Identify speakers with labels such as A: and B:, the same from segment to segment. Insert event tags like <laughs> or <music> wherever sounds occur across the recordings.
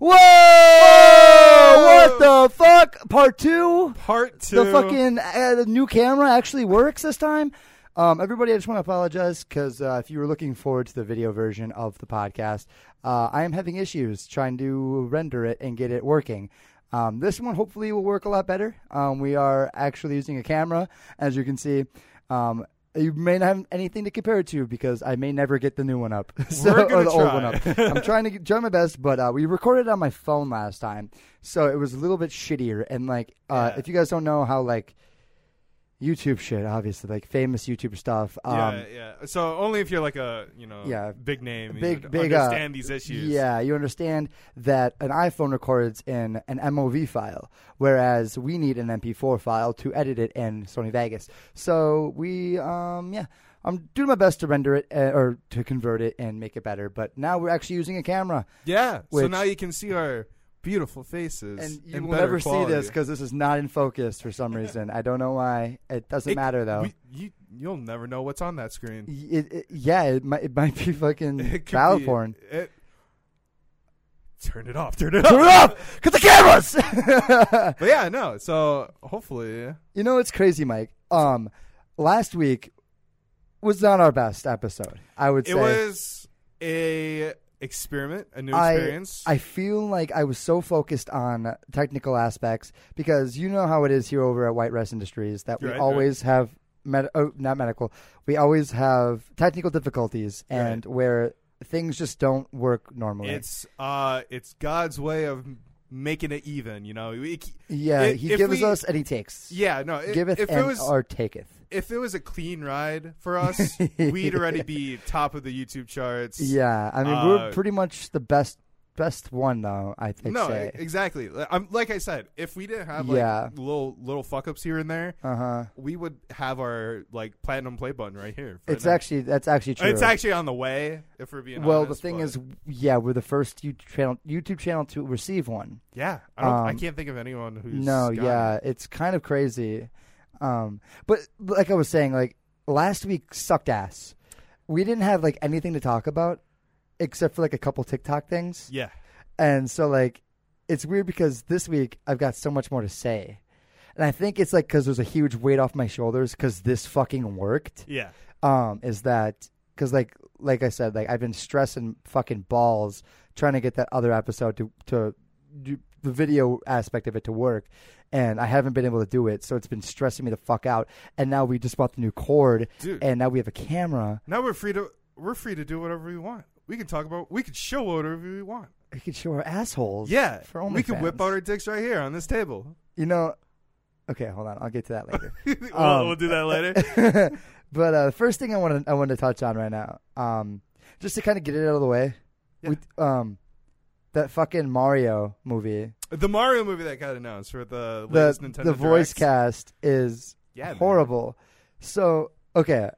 A: Whoa! What the fuck? Part two?
B: Part two.
A: The fucking uh, the new camera actually works this time. Um, everybody, I just want to apologize because uh, if you were looking forward to the video version of the podcast, uh, I am having issues trying to render it and get it working. Um, this one hopefully will work a lot better. Um, we are actually using a camera, as you can see. Um, you may not have anything to compare it to because I may never get the new one up, <laughs> so,
B: We're gonna
A: or the old
B: try.
A: one up. I'm trying to get, try my best, but uh, we recorded on my phone last time, so it was a little bit shittier. And like, uh,
B: Yeah.
A: if you guys don't know how like YouTube shit, obviously like famous YouTube stuff. Um,
B: yeah, yeah. So only if you're like a you know
A: Yeah.
B: big name, you
A: Big-
B: would
A: big, uh,
B: understand these issues.
A: Yeah, you understand that an iPhone records in an MOV file, whereas we need an MP4 file to edit it in Sony Vegas. So we, um, yeah, I'm doing my best to render it uh, or to convert it and make it better. But now we're actually using a camera,
B: yeah. so
A: Which-
B: now you can see our beautiful faces,
A: and you
B: in
A: will
B: better
A: never see
B: quality.
A: this because this is not in focus for some reason. I don't know why. It doesn't
B: It-
A: matter though.
B: we- you you'll never know what's on that screen.
A: Y- it, it- yeah, it might, it might be fucking
B: <laughs> It could
A: battle
B: be-
A: porn.
B: it- turn it off. Turn it
A: Turn it
B: off.
A: off, cause the cameras.
B: <laughs> But yeah, no. So hopefully,
A: <laughs> You know it's crazy, Mike. Um, last week was not our best episode. I would say
B: it was a experiment, a new
A: I-
B: experience.
A: I feel like I was so focused on technical aspects because you know how it is here over at White Rest Industries that we
B: Right, right.
A: always have med- oh, not medical. We always have technical difficulties and where things just don't work normally.
B: It's uh, it's God's way of m- making it even. You know, We-
A: yeah,
B: i-
A: he
B: if
A: gives
B: we-
A: us and he takes.
B: yeah. No, i-
A: giveth
B: if
A: and
B: it was
A: or taketh.
B: if it was a clean ride for
A: <laughs>
B: us, we'd already be top of the YouTube charts.
A: Yeah, I mean we're
B: Uh,
A: pretty much the best best one though. I think.
B: No, e,
A: say.
B: exactly. Like- I'm like I said, if we didn't have like
A: Yeah.
B: little little fuck ups here and there,
A: uh huh.
B: we would have our like platinum play button right here. for
A: It's
B: now.
A: actually that's actually true.
B: it's actually on the way. If we're being
A: well, the
B: honest,
A: thing
B: but-
A: is, yeah, we're the first YouTube channel YouTube channel to receive one.
B: yeah, I, don't, I
A: um,
B: can't think of anyone who's
A: no,
B: got it.
A: yeah, it's kind of crazy. Um, but like I was saying, like last week sucked ass. We didn't have like anything to talk about except for like a couple TikTok things,
B: yeah.
A: and so like it's weird because this week I've got so much more to say. And I think it's like because there's a huge weight off my shoulders because this fucking worked.
B: Yeah.
A: um, is that because like like I said, like I've been stressing fucking balls trying to get that other episode to to do the video aspect of it to work, and I haven't been able to do it, so it's been stressing me the fuck out. And now we just bought the new cord,
B: Dude.
A: and now we have a camera.
B: Now we're free to we're free to do whatever we want. We can talk about we can show whatever we want.
A: We can show our assholes.
B: Yeah,
A: for
B: we can whip
A: OnlyFans.
B: out our dicks right here on this table.
A: You know. Okay, hold on. I'll get to that later.
B: <laughs> we'll,
A: Um,
B: we'll do that later.
A: <laughs> but uh, the first thing I want to I want to touch on right now, um, just to kind of get it out of the way,
B: Yeah.
A: with um, that fucking Mario movie,
B: the Mario movie that got announced for the
A: the
B: latest Nintendo
A: the voice
B: Directs.
A: cast is
B: Yeah, man.
A: horrible. So okay,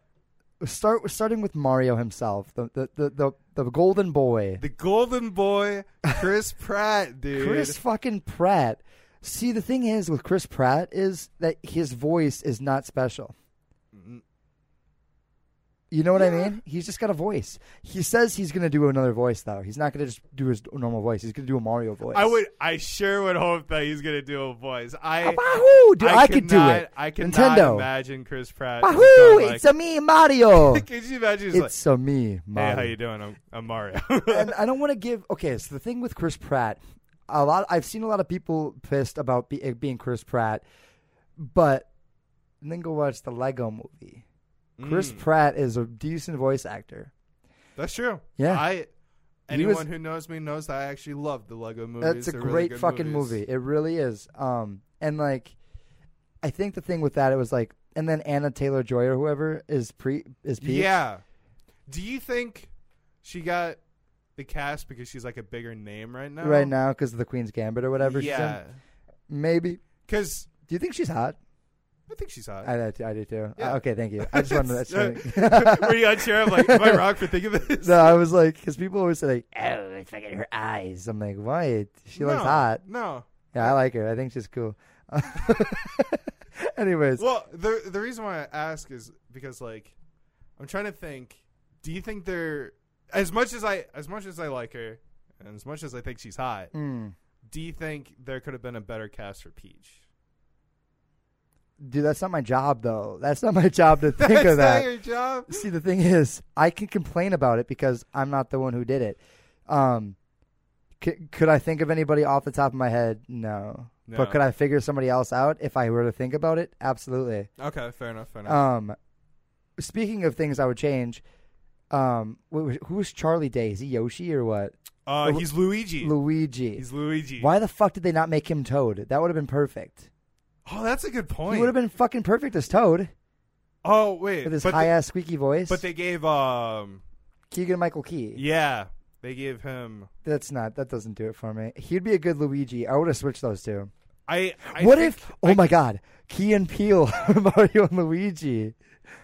A: start starting with Mario himself, the the the the, the golden boy,
B: The Golden Boy,
A: <laughs>
B: Chris Pratt, dude.
A: Chris fucking Pratt. See, the thing is with Chris Pratt is that his voice is not special.
B: Mm,
A: You know what I
B: Yeah.
A: mean? He's just got a voice. He says he's going to do another voice though. He's not going to just do his normal voice. He's going to do a Mario voice.
B: I would, I sure would hope that he's gonna do a voice. I,
A: Wahoo! Dude, I, could do
B: cannot-
A: it.
B: I cannot
A: Nintendo.
B: imagine Chris Pratt. just
A: Wahoo!
B: going
A: it's
B: like,
A: a me,
B: <laughs>
A: Mario.
B: Could you imagine? He's like,
A: it's a me, Mario.
B: hey, how you doing? I'm, I'm Mario.
A: <laughs> and
B: <laughs>
A: I don't want to give. Okay, so the thing with Chris Pratt, a lot. I've seen a lot of people pissed about be, it being Chris Pratt, but then go watch the Lego movie. Chris
B: Mm.
A: Pratt is a decent voice actor.
B: That's true.
A: Yeah.
B: I
A: He was-
B: anyone who knows me knows that I actually love the Lego movies.
A: That's a
B: They're
A: great
B: really good
A: fucking
B: movies.
A: movie. It really is. Um, and like, I think the thing with that it was like, and then Anna Taylor Joy or whoever is pre is Peach.
B: Yeah. Do you think she got the cast because she's like a bigger name right now?
A: right now because of the Queen's Gambit or whatever. she's in?
B: Yeah.
A: maybe.
B: Because
A: Do you think she's hot?
B: I think she's hot.
A: I, I do too.
B: Uh,
A: Uh,
B: Yeah.
A: Okay, thank you.
B: <laughs>
A: I just wanted that.
B: Were you unsure? I'm like,
A: <laughs>
B: am I wrong for thinking this?
A: No, I was like, because people always say like, "Oh, it's fucking her eyes." I'm like, "What? She looks
B: No,
A: hot."
B: No.
A: Yeah, I like her. I think she's cool. <laughs> Anyways,
B: Well, the the reason why I ask is because like I'm trying to think. Do you think they're as much as I as much as I like her, and as much as I think she's hot,
A: Mm.
B: do you think there could have been a better cast for Peach?
A: Dude, that's not my job though. That's not my job
B: <laughs>
A: to think of that.
B: Not your job.
A: See, the thing is, I can complain about it because I'm not the one who did it. Um, c- could I think of anybody off the top of my head? No.
B: No.
A: But could I figure somebody else out if I were to think about it? Absolutely.
B: Okay, fair enough. Fair enough.
A: Um, speaking of things I would change, um, wh- wh- who's Charlie Day? Is he Yoshi or what?
B: Uh,
A: Lu-
B: he's Luigi.
A: Luigi.
B: he's Luigi.
A: Why the fuck did they not make him Toad? That would have been perfect.
B: Oh, that's a good
A: He
B: point.
A: would have been fucking perfect as Toad
B: oh, wait.
A: with his
B: but,
A: high
B: they,
A: ass squeaky voice.
B: but they gave um
A: Keegan Michael Key.
B: yeah, they gave him
A: That's not. That doesn't do it for me. He'd be a good Luigi. I would have switched those two.
B: I, I
A: what
B: think-
A: if? Oh
B: I-
A: my God, Key and Peele, <laughs> Mario and Luigi. <laughs>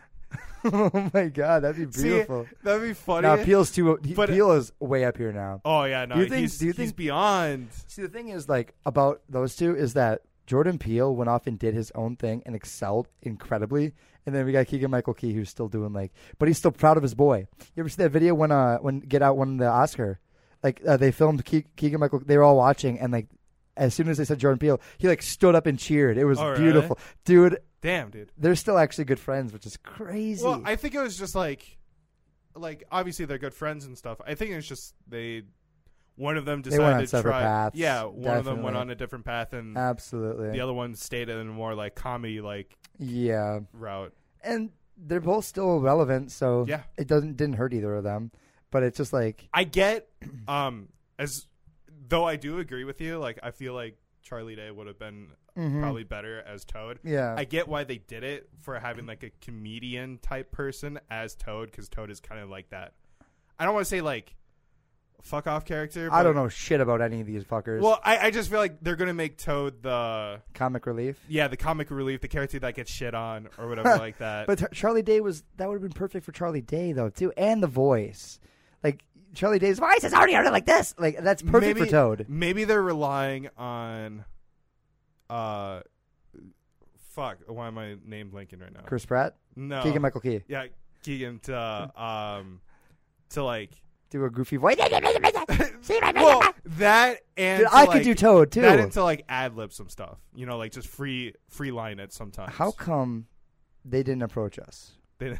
A: oh my God, that'd be
B: see,
A: beautiful.
B: That'd be funny.
A: now Peele's too. He,
B: but-
A: Peele is way up here now.
B: oh yeah, no.
A: Do you think-
B: he's,
A: do you
B: he's
A: think-
B: beyond
A: See, the thing is, like about those two, is that Jordan Peele went off and did his own thing and excelled incredibly, and then we got Keegan Michael Key, who's still doing like, but he's still proud of his boy. You ever see that video when uh when Get Out won the Oscar? Like uh, they filmed Ke- Keegan Michael, they were all watching, and like as soon as they said Jordan Peele, he like stood up and cheered. It was
B: Oh, really?
A: beautiful, dude.
B: damn, dude.
A: They're still actually good friends, which is crazy.
B: Well, I think it was just like, like obviously they're good friends and stuff. I think it's just they, one of them
A: went on
B: decided to
A: separate
B: try.
A: paths,
B: yeah, one of them went
A: definitely.
B: on a different path, and
A: Absolutely,
B: the other one stayed in a more like comedy like
A: yeah.
B: route.
A: and they're both still relevant, so
B: Yeah.
A: it doesn't didn't hurt either of them. But it's just like
B: I get, um, as though I do agree with you. Like I feel like Charlie Day would have been
A: mhm.
B: probably better as Toad.
A: yeah,
B: I get why they did it for having like a comedian type person as Toad because Toad is kind of like that. I don't want to say like fuck off character.
A: I
B: but-
A: don't know shit about any of these fuckers.
B: Well, I, I just feel like they're gonna make Toad the
A: Comic relief,
B: yeah the comic relief, the character that gets shit on
A: <laughs>
B: or whatever like that.
A: but Char- Charlie Day was that would have been perfect for Charlie Day though too, and the voice, like Charlie Day's voice is already already like this, like that's perfect
B: maybe,
A: for Toad.
B: Maybe they're relying on, uh, fuck. Why am I named Lincoln right now?
A: Chris Pratt,
B: no,
A: Keegan Michael Key,
B: yeah, Keegan to um to like.
A: do a goofy voice.
B: <laughs> well, that and
A: Dude,
B: to,
A: I could
B: like-
A: do Toad too.
B: That into like ad lib some stuff, you know, like just free free line it sometimes.
A: How come they didn't approach us?
B: They-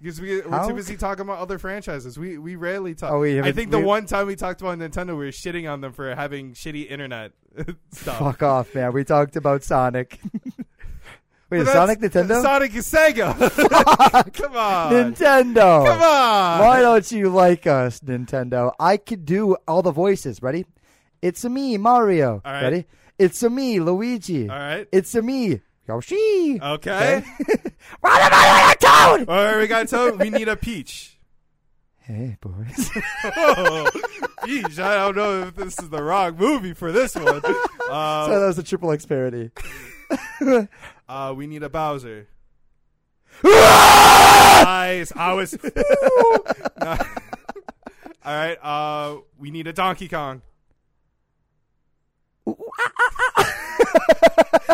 B: Because we, we're
A: How-
B: too busy talking about other franchises. We we rarely talk.
A: Oh, we
B: I
A: haven't-
B: think the
A: we-
B: one time we talked about Nintendo, we were shitting on them for having shitty internet <laughs> stuff.
A: Fuck off, man. We talked about
B: <laughs>
A: Sonic. Wait,
B: But
A: is
B: that's-
A: Sonic Nintendo?
B: Sonic is
A: <laughs>
B: Sega. <laughs> Come on.
A: Nintendo.
B: Come on.
A: Why don't you like us, Nintendo? I could do all the voices. Ready? It's a me, Mario.
B: All right.
A: Ready? It's a me, Luigi.
B: All
A: <laughs>
B: right.
A: It's a me, Yoshi. <laughs>
B: Okay.
A: Why am I like a toad?
B: All right, we got to. We need a peach.
A: Hey, boys. <laughs>
B: <laughs> Oh, peach. I don't know if this is the wrong movie for
A: <laughs>
B: this one.
A: so
B: Um,
A: that
B: Uh,
A: was a triple X
B: <laughs>
A: parody. <laughs>
B: uh, we need a Bowser.
A: Ah!
B: Nice. I
A: <laughs>
B: was. <laughs> All right. Uh, we need a Donkey Kong.
A: ah,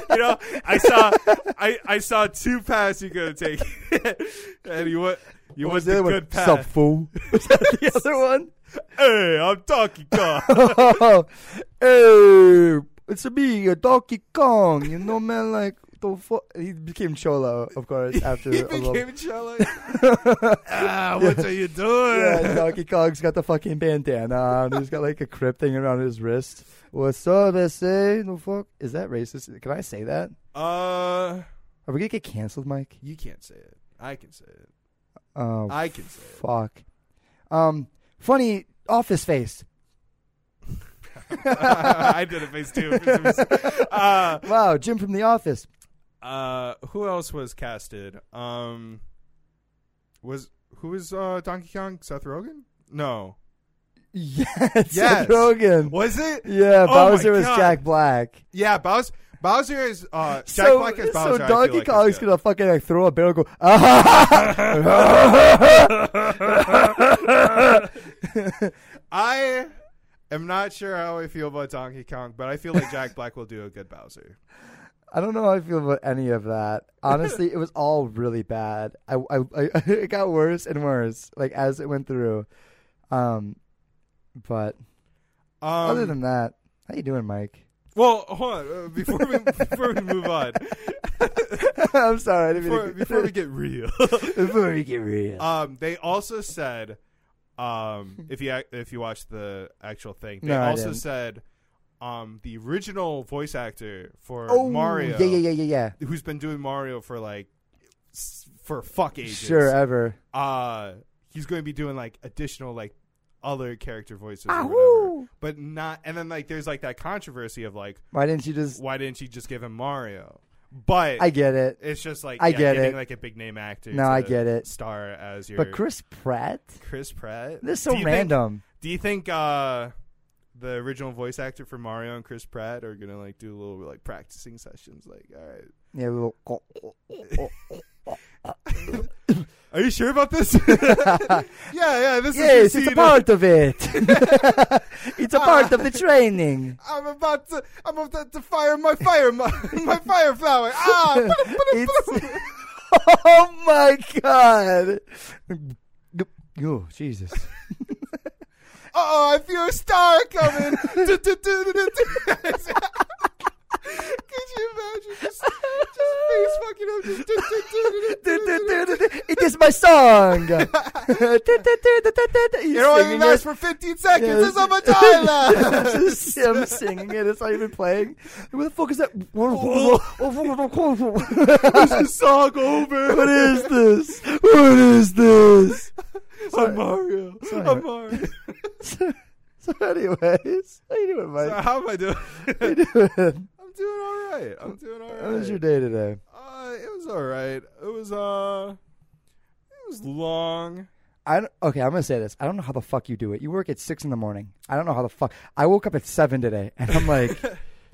B: <laughs> You know, I saw, I, I saw two paths you could have taken, <laughs> and you went, you
A: What was
B: went the,
A: the other one?
B: good
A: Sup,
B: path. <laughs>
A: fool? <laughs> Was that the other one? <laughs>
B: Hey, I'm Donkey Kong.
A: oh, hey, it's a me, a Donkey Kong. You know, man, like the fu- he became Cholo, of course, <laughs> after
B: <laughs> he
A: a little-
B: became
A: <laughs>
B: Cholo. ah, what are you doing? <laughs>
A: Yeah, Donkey Kong's got the fucking bandana on. He's got like a crib thing around his wrist. What's up, SA? No fuck. Is that racist? Can I say that?
B: Uh,
A: Are we gonna get canceled, Mike?
B: you can't say it. I can say it.
A: Oh,
B: I can say it.
A: fuck. Um, funny office face.
B: <laughs> I did a face too. Uh,
A: <laughs> Wow, Jim from the office. <laughs>
B: uh, who else was casted? Um, was who was uh, Donkey Kong? Seth Rogen? No,
A: Yes,
B: Yes.
A: Seth Rogen.
B: was it?
A: Yeah,
B: Oh my
A: Bowser was
B: God.
A: Jack Black.
B: Yeah, Bowser. Bowser is
A: <laughs>
B: uh, Jack
A: so,
B: Black is
A: so
B: Bowser. I feel
A: Donkey
B: like
A: Kong's
B: is good.
A: gonna fucking like throw a barrel, and go. <laughs> "Ah!" <laughs>
B: I am not sure how I feel about Donkey Kong, but I feel like Jack Black will do a good Bowser.
A: I don't know how I feel about any of that. Honestly, it was all really bad. I, I, I <laughs> it got worse and worse, like as it went through. Um, but <laughs>
B: Um,
A: Other than that, how you doing, Mike? <laughs>
B: well, hold on. Uh, before, we, <laughs> before we move on,
A: I'm sorry. I didn't mean <laughs>
B: before,
A: to-
B: before we get real,
A: <laughs>
B: <laughs>
A: before we get real.
B: um, they also said, um, if you ac- if you watch the actual thing, they
A: No, I
B: also
A: didn't.
B: said, um, the original voice actor for
A: oh,
B: Mario,
A: Yeah, yeah, yeah, yeah,
B: who's been doing Mario for like s- for fuck
A: yeah.
B: ages.
A: Sure, ever.
B: uh he's going to be doing like additional like other character voices or whatever.
A: Ahoo!
B: But not and then like there's like that controversy of like
A: Why didn't you just?
B: why didn't you just give him Mario? But
A: I get it.
B: it's just like
A: I
B: yeah,
A: get
B: getting
A: it.
B: like a big name actor.
A: No,
B: to
A: I get it.
B: Star as your
A: But Chris Pratt.
B: Chris Pratt.
A: This is so
B: Do you think-
A: random.
B: do you think uh the original voice actor for Mario and Chris Pratt are gonna like do a little like practicing sessions? Like, all right,
A: Yeah, a little. <laughs>
B: <laughs> are you sure about this? <laughs> yeah, yeah,
A: yes,
B: this is your
A: it's a
B: scene.
A: part of
B: <laughs>
A: it. <laughs> it's a part of the
B: Ah.
A: training.
B: I'm about to I'm about to fire my fire my, <laughs> my fire flower.
A: <laughs>
B: <laughs> Ah
A: It's. <laughs> oh my god. Oh
B: <laughs>
A: Jesus.
B: oh I feel a star <laughs> coming. Du- du- du- du- du- du. <laughs> Could you imagine just, just face fucking up just du- du- du- du- du- du- du- du-
A: it is my
B: <laughs>
A: song. <laughs>
B: It
A: it
B: only lasts for 15 seconds.
A: Yes.
B: It's on <laughs> my time
A: <laughs>
B: lapse.
A: Just him singing it. It's not even playing. Where the fuck is that?
B: Is the song <laughs> over?
A: what is this? What is this? <laughs>
B: I'm Mario.
A: Sorry.
B: I'm <laughs> Mario.
A: So, so anyways, how you doing,
B: So
A: Mike?
B: how am I doing? <laughs>
A: How you doing?
B: I'm doing all right. I'm doing all right.
A: How was your day today?
B: Uh, it was all right. It was uh, it was long.
A: I don't- okay, I'm gonna say this. I don't know how the fuck you do it. You work at six in the morning. I don't know how the fuck. I woke up at seven today, and I'm
B: <laughs>
A: like,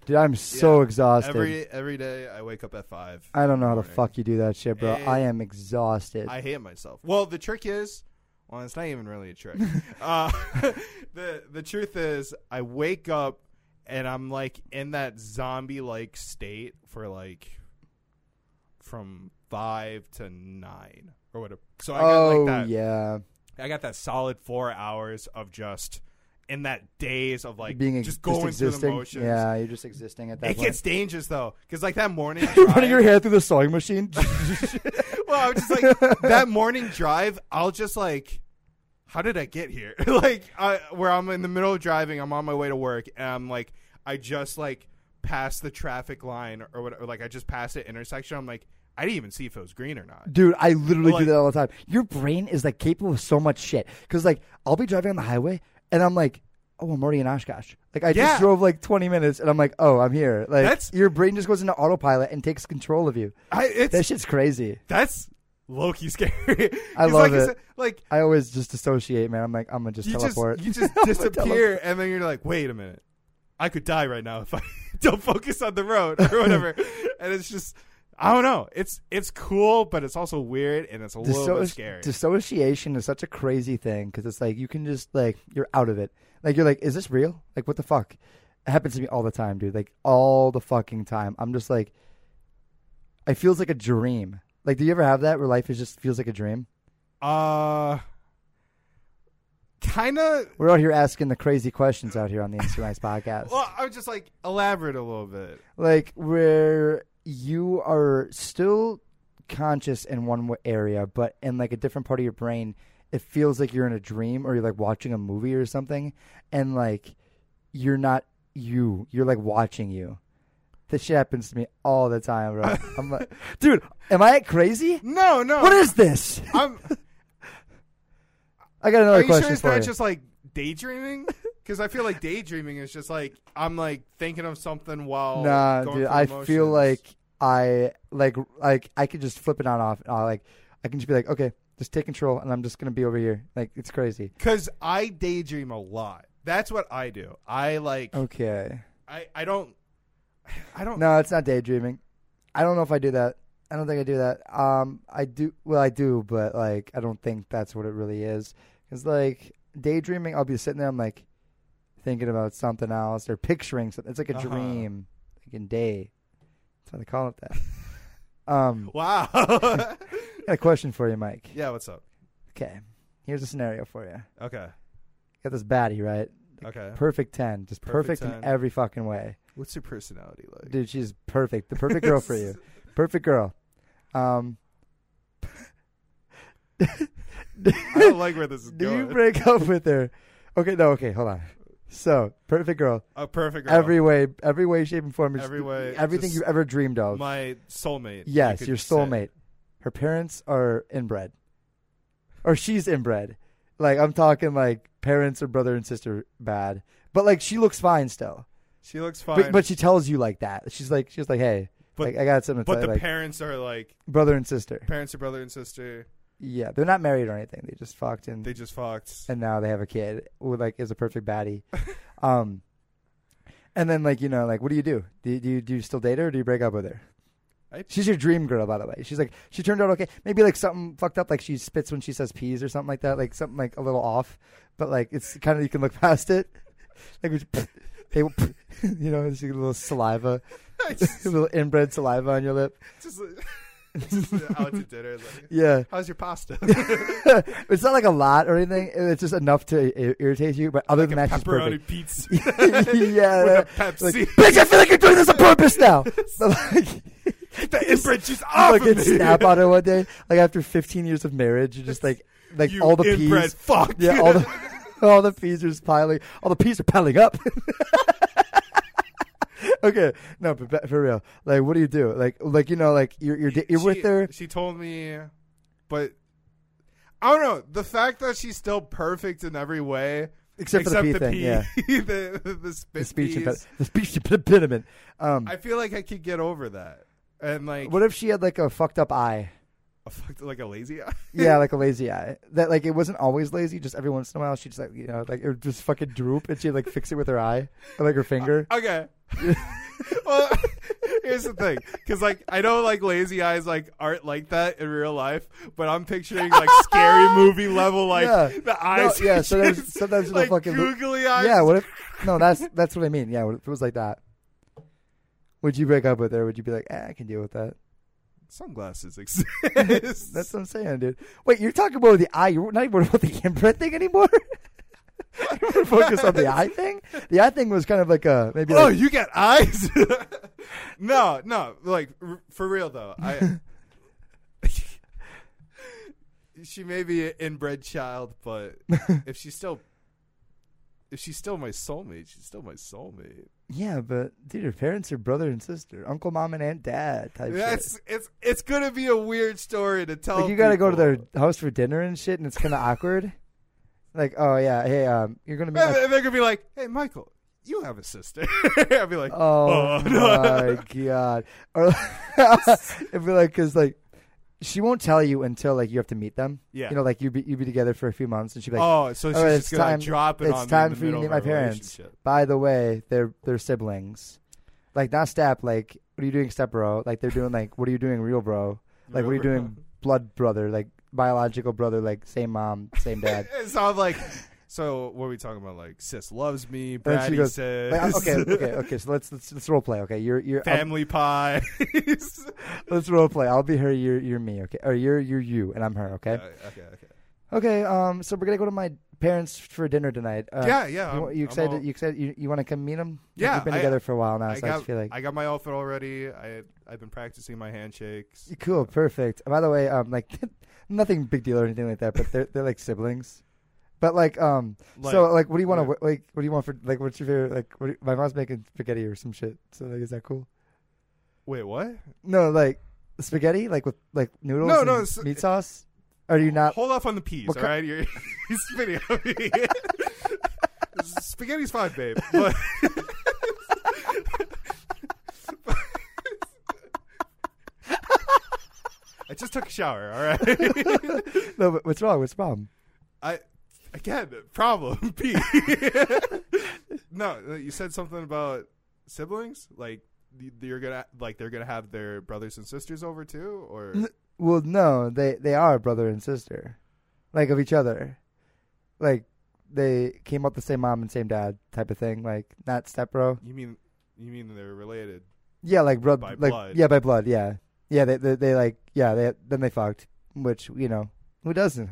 A: dude, I'm so
B: Yeah.
A: exhausted.
B: Every every day I wake up at five.
A: I don't know how the
B: morning.
A: fuck you do that shit, bro.
B: And-
A: I am exhausted.
B: I hate myself. Well, the trick is, well, it's not even really
A: <laughs>
B: a trick. uh, <laughs> the the truth is, I wake up and I'm like in that zombie like state for like from five to nine or whatever. So I got
A: oh
B: like that.
A: yeah,
B: I got that solid four hours of just in that daze of like
A: being ex-
B: just going
A: just
B: through the
A: existing.
B: motions.
A: Yeah, you're just existing at that.
B: It
A: point.
B: gets dangerous though, because like that morning,
A: <laughs> You're
B: drive,
A: running your hair through the sewing
B: <laughs>
A: machine.
B: well, I'm just like that morning drive. I'll just like, how did I get here? <laughs> like, I, where I'm in the middle of driving, I'm on my way to work, and I'm like, I just like passed the traffic line or whatever. Like, I just passed the intersection. I'm like, I didn't even see if it was green or not.
A: Dude, I literally do
B: Like-
A: that all the time. Your brain is like capable of so much shit. Because like I'll be driving on the highway and I'm like, oh, I'm already in Oshkosh. Like I
B: Yeah.
A: just drove like 20 minutes and I'm like, oh, I'm here. Like
B: That's-
A: your brain just goes into autopilot and takes control of you.
B: I, it's
A: That shit's crazy.
B: that's low key scary. <laughs>
A: love
B: 'Cause like I
A: it.
B: said, like
A: I always just dissociate, man. I'm like, I'm gonna just
B: you
A: teleport. <laughs>
B: just you just
A: I'm gonna
B: disappear, and then you're like, wait a minute, I could die right now if I <laughs> don't focus on the road
A: <laughs>
B: or whatever. and it's just, I don't know. It's it's cool, but it's also weird and it's a little bit
A: Disso-
B: scary.
A: Dissociation is such a crazy thing because it's like you can just like you're out of it. Like you're like, is this real? Like what the fuck? It happens to me all the time, dude. Like all the fucking time. I'm just like, it feels like a dream. Like, do you ever have that where life is just feels like a dream?
B: uh, kind of.
A: We're out here asking the crazy questions out here on the Instagram podcast.
B: Well, I would just like elaborate a little bit.
A: like where you are still conscious in one wa- area but in like a different part of your brain it feels like you're in a dream or you're like watching a movie or something and like you're not you you're like watching you this shit happens to me all the time bro i'm
B: <laughs>
A: like dude am i crazy
B: No, no.
A: what is this <laughs>
B: I'm,
A: i got another
B: are you
A: question
B: sure it's
A: for
B: not
A: you
B: just like
A: <laughs>
B: daydreaming? Because I feel like daydreaming is just like I'm like thinking of something while
A: Nah,
B: Oh, going
A: dude,
B: through
A: I feel
B: emotions.
A: like I like like I could just flip it on off. Uh, like I can just be like, okay, just take control, and I'm just gonna be over here. Like it's crazy.
B: Because I daydream a lot. That's what I do. I like.
A: Okay,
B: I I don't. I don't.
A: no, it's not daydreaming. I don't know if I do that. I don't think I do that. Um, I do. Well, I do, but like I don't think that's what it really is. Cause like daydreaming, I'll be sitting there, I'm like thinking about something else or picturing something. It's like a
B: Uh-huh.
A: dream, like in day. That's why they call it that. <laughs> um,
B: <laughs> Wow. <laughs>
A: I got a question for you, Mike.
B: yeah. What's up?
A: Okay, here's a scenario for you.
B: Okay.
A: Got this baddie, right?
B: Okay.
A: Perfect 10. Just perfect,
B: Perfect
A: in
B: 10.
A: every fucking way.
B: What's your personality like?
A: Dude, she's perfect. The perfect girl for you. Perfect girl. Um,
B: <laughs> I don't like where this
A: <laughs>
B: is
A: do
B: going.
A: you break up with her? Okay, no, okay, hold on. So, perfect girl.
B: a perfect girl.
A: Every way, every way, shape, and form. Just
B: Every way,
A: Everything
B: just
A: you've ever dreamed of.
B: my soulmate. you
A: yes,
B: could
A: your
B: say.
A: soulmate. Her parents are inbred. Or she's inbred. Like, I'm talking like parents or brother and sister bad. But like, she looks fine still.
B: She looks fine,
A: But, but she tells you like that. She's like, she's like, hey,
B: But-
A: like, I got something to
B: but
A: tell you.
B: the
A: Like,
B: parents are like
A: brother and sister.
B: parents are brother and sister.
A: Yeah, they're not married or anything. They just fucked and
B: They just fucked.
A: and now they have a kid who like is a perfect
B: <laughs>
A: baddie. um, and then like you know like what do you do? Do you, do you do you still date her or do you break up with her?
B: I-
A: She's your dream girl, by the way. She's like she turned out okay. Maybe like something fucked up, like she spits when she says peas or something like that, like something like a little off. But like it's kind of you can look past it. <laughs> Like which- they, will- <laughs> you know, just a little saliva,
B: <laughs>
A: <laughs>
B: I
A: a
B: just,
A: little inbred saliva on your
B: <laughs>
A: lip.
B: just, just
A: <laughs>
B: out to dinner. Like,
A: Yeah.
B: How's your
A: <laughs>
B: pasta?
A: it's not like a lot or anything. It's just enough to i- irritate you. But other
B: like a
A: than that, she's perfect.
B: <laughs> pepperoni pizza
A: <laughs> yeah.
B: with a
A: like,
B: <laughs> Pepsi.
A: bitch, I feel like you're doing this on purpose
B: <laughs>
A: now. <laughs> But, like,
B: the
A: <laughs>
B: inbred cheese off of
A: fucking
B: me.
A: snap on her one
B: <laughs>
A: day. Like after 15 years of marriage, you're just like, like
B: you
A: all the
B: inbred
A: peas.
B: Fuck.
A: Yeah, all the <laughs>
B: <laughs>
A: all the peas are just piling. All the peas are piling up. <laughs> okay, no, but ba- for real, like, what do you do? Like, like you know, like you're you're, da- you're
B: she,
A: with her.
B: She told me, but I don't know. The fact that she's still perfect in every way,
A: Except for the pee thing, yeah.
B: <laughs> the, the, spit
A: The speech,
B: peas,
A: imped- the speech impediment. Um,
B: I feel like I could get over that. And like,
A: what if she had like a fucked up eye?
B: a fucked, like a lazy eye.
A: Yeah, like a lazy eye. That like it wasn't always lazy. Just every once in a while, she just like you know like it would just fucking droop, and she'd like fix it with her eye or like her finger. <laughs>
B: Okay. well, <laughs> here's the thing, because like I know like lazy eyes like aren't like that in real life, but I'm picturing like
A: <laughs>
B: scary movie level like
A: Yeah.
B: the Uh, eyes.
A: No, yeah,
B: <laughs>
A: sometimes-
B: just,
A: sometimes it'll
B: like
A: fucking look-
B: googly eyes.
A: yeah, what if? No,
B: <laughs>
A: that's that's what I mean. Yeah, what if it was like that? Would you break up with her? Would you be like, eh, I can deal with that?
B: sunglasses exist.
A: That's what I'm saying, dude. Wait, you're talking about the eye. You're not even worried about the <laughs> imprint thing anymore. You're focused on the
B: <laughs>
A: eye thing. The eye thing was kind of like a maybe.
B: oh,
A: like-
B: you got eyes? <laughs> no, no, like r- for real though.
A: <laughs>
B: I she may be an inbred child,
A: <laughs>
B: but if she's still if she's still my soulmate, she's still my soulmate.
A: yeah, but dude, her parents are brother and sister, uncle, mom, and aunt, dad type. shit.
B: That's it's it's gonna be a weird story to tell.
A: Like you gotta go to
B: people.
A: their house for dinner and shit, and it's kind of awkward. Like, oh yeah, hey, um, you're gonna meet.
B: And <laughs>
A: My- <laughs>
B: they're- they're gonna be like, "Hey, Michael, you have a sister." <laughs> I'll be like,
A: oh
B: Oh, no.
A: my god! Or <laughs> it'd be like, cause like she won't tell you until like you have to meet them.
B: <laughs> Yeah.
A: You know, like you be you be together for a few months, and she'd be like,
B: "Oh, so she's
A: All right,
B: just
A: it's
B: gonna
A: time-
B: drop it
A: it's
B: on me
A: time
B: in the
A: for you to
B: middle
A: meet
B: of
A: my
B: our
A: parents.
B: relationship.
A: by the way, they're they're siblings. Like not step. Like what are you doing, step bro? Like they're doing like what are you doing, real bro? Like what are you
B: Remember? <laughs>
A: doing, blood brother? Like biological brother? Like same mom, same
B: <laughs>
A: dad.
B: And so I'm like, so what are we talking about? Like, sis loves me.
A: then she
B: Bratty
A: goes,
B: says,
A: Like, okay, okay, okay. So let's let's let's role play. Okay, you're you're I'm-
B: <laughs> family pie.
A: Let's role play. I'll be her. You're you're me. Okay, or you're you're you, and I'm her. Okay.
B: <laughs> okay, Uh, okay.
A: Okay. Um. So we're gonna go to my parents for dinner tonight. Uh,
B: yeah, yeah.
A: You,
B: I'm-
A: you
B: I'm
A: excited?
B: all-
A: you excited? You, you want to come meet them?
B: Yeah,
A: You've been
B: I-
A: together for a while now,
B: I
A: so I just
B: got,
A: feel like
B: I got my outfit already. I I've been practicing my handshakes.
A: cool, perfect. By the way, um, like <laughs> nothing big deal or anything like that, but they're they're like siblings. But like, um,
B: Like,
A: so like, what do you want
B: yeah.
A: to like? What do you want for like? What's your favorite? Like, what do you- my mom's making spaghetti or some shit. So like, is that cool?
B: wait, what?
A: No, like spaghetti, like with like noodles.
B: No,
A: and
B: no, it's-
A: meat sauce. Or do you not?
B: Hold off on the peas,
A: What
B: all right? You're, <laughs> you're spitting on me.
A: <laughs>
B: Spaghetti's fine, babe. But <laughs> I just took a shower, all right?
A: No, but what's wrong? What's the problem?
B: I again problem <laughs> P. no, you said something about siblings, like y- you're gonna like they're gonna have their brothers and sisters over too,
A: <laughs>
B: or
A: N- Well, no, they they are brother and sister, like of each other, like they came up the same mom and same dad type of thing. Like not stepbro.
B: you mean you mean they're related?
A: Yeah, like bro,
B: By
A: like
B: blood.
A: yeah, by blood. Yeah, yeah. They they, they like <laughs> yeah. They then they fucked, which you know who doesn't.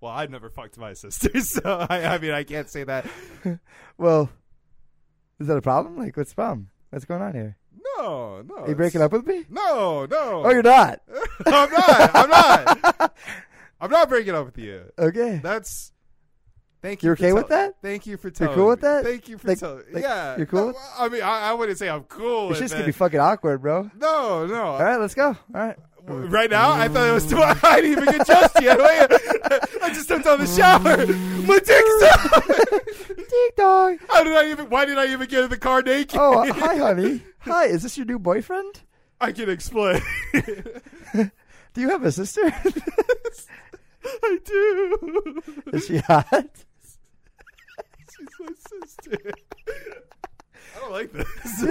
B: Well, I've never fucked my <laughs> sister, so I, I mean, I can't say that.
A: Well, is that a problem? Like, what's the problem? What's going on here?
B: No, no.
A: Are you breaking up with me?
B: No, no.
A: Oh, you're not.
B: <laughs> I'm not.
A: <laughs>
B: I'm not. I'm not breaking up with you.
A: Okay.
B: That's. Thank you.
A: You
B: for
A: okay with
B: tell-
A: that?
B: Thank you for
A: You're
B: telling.
A: cool with
B: me.
A: that?
B: Thank you for
A: Like-
B: telling.
A: like,
B: yeah,
A: you're cool
B: No,
A: with-
B: I mean, I, I wouldn't say I'm cool.
A: It's
B: with
A: just
B: it.
A: gonna be fucking awkward, bro.
B: No, no.
A: All right, let's go. All right.
B: Right now, I thought it was too. <laughs> I didn't even get dressed yet. Wait, I just jumped out of the
A: <laughs>
B: shower. My dick's out.
A: Ding dong.
B: How did I even? Why did I even get in the car naked?
A: Oh, uh, hi, honey. Hi, is this your new boyfriend?
B: <laughs> I can explain. <laughs>
A: Do you have a sister? <laughs>
B: I do.
A: is she hot?
B: <laughs> She's my sister. I don't like this.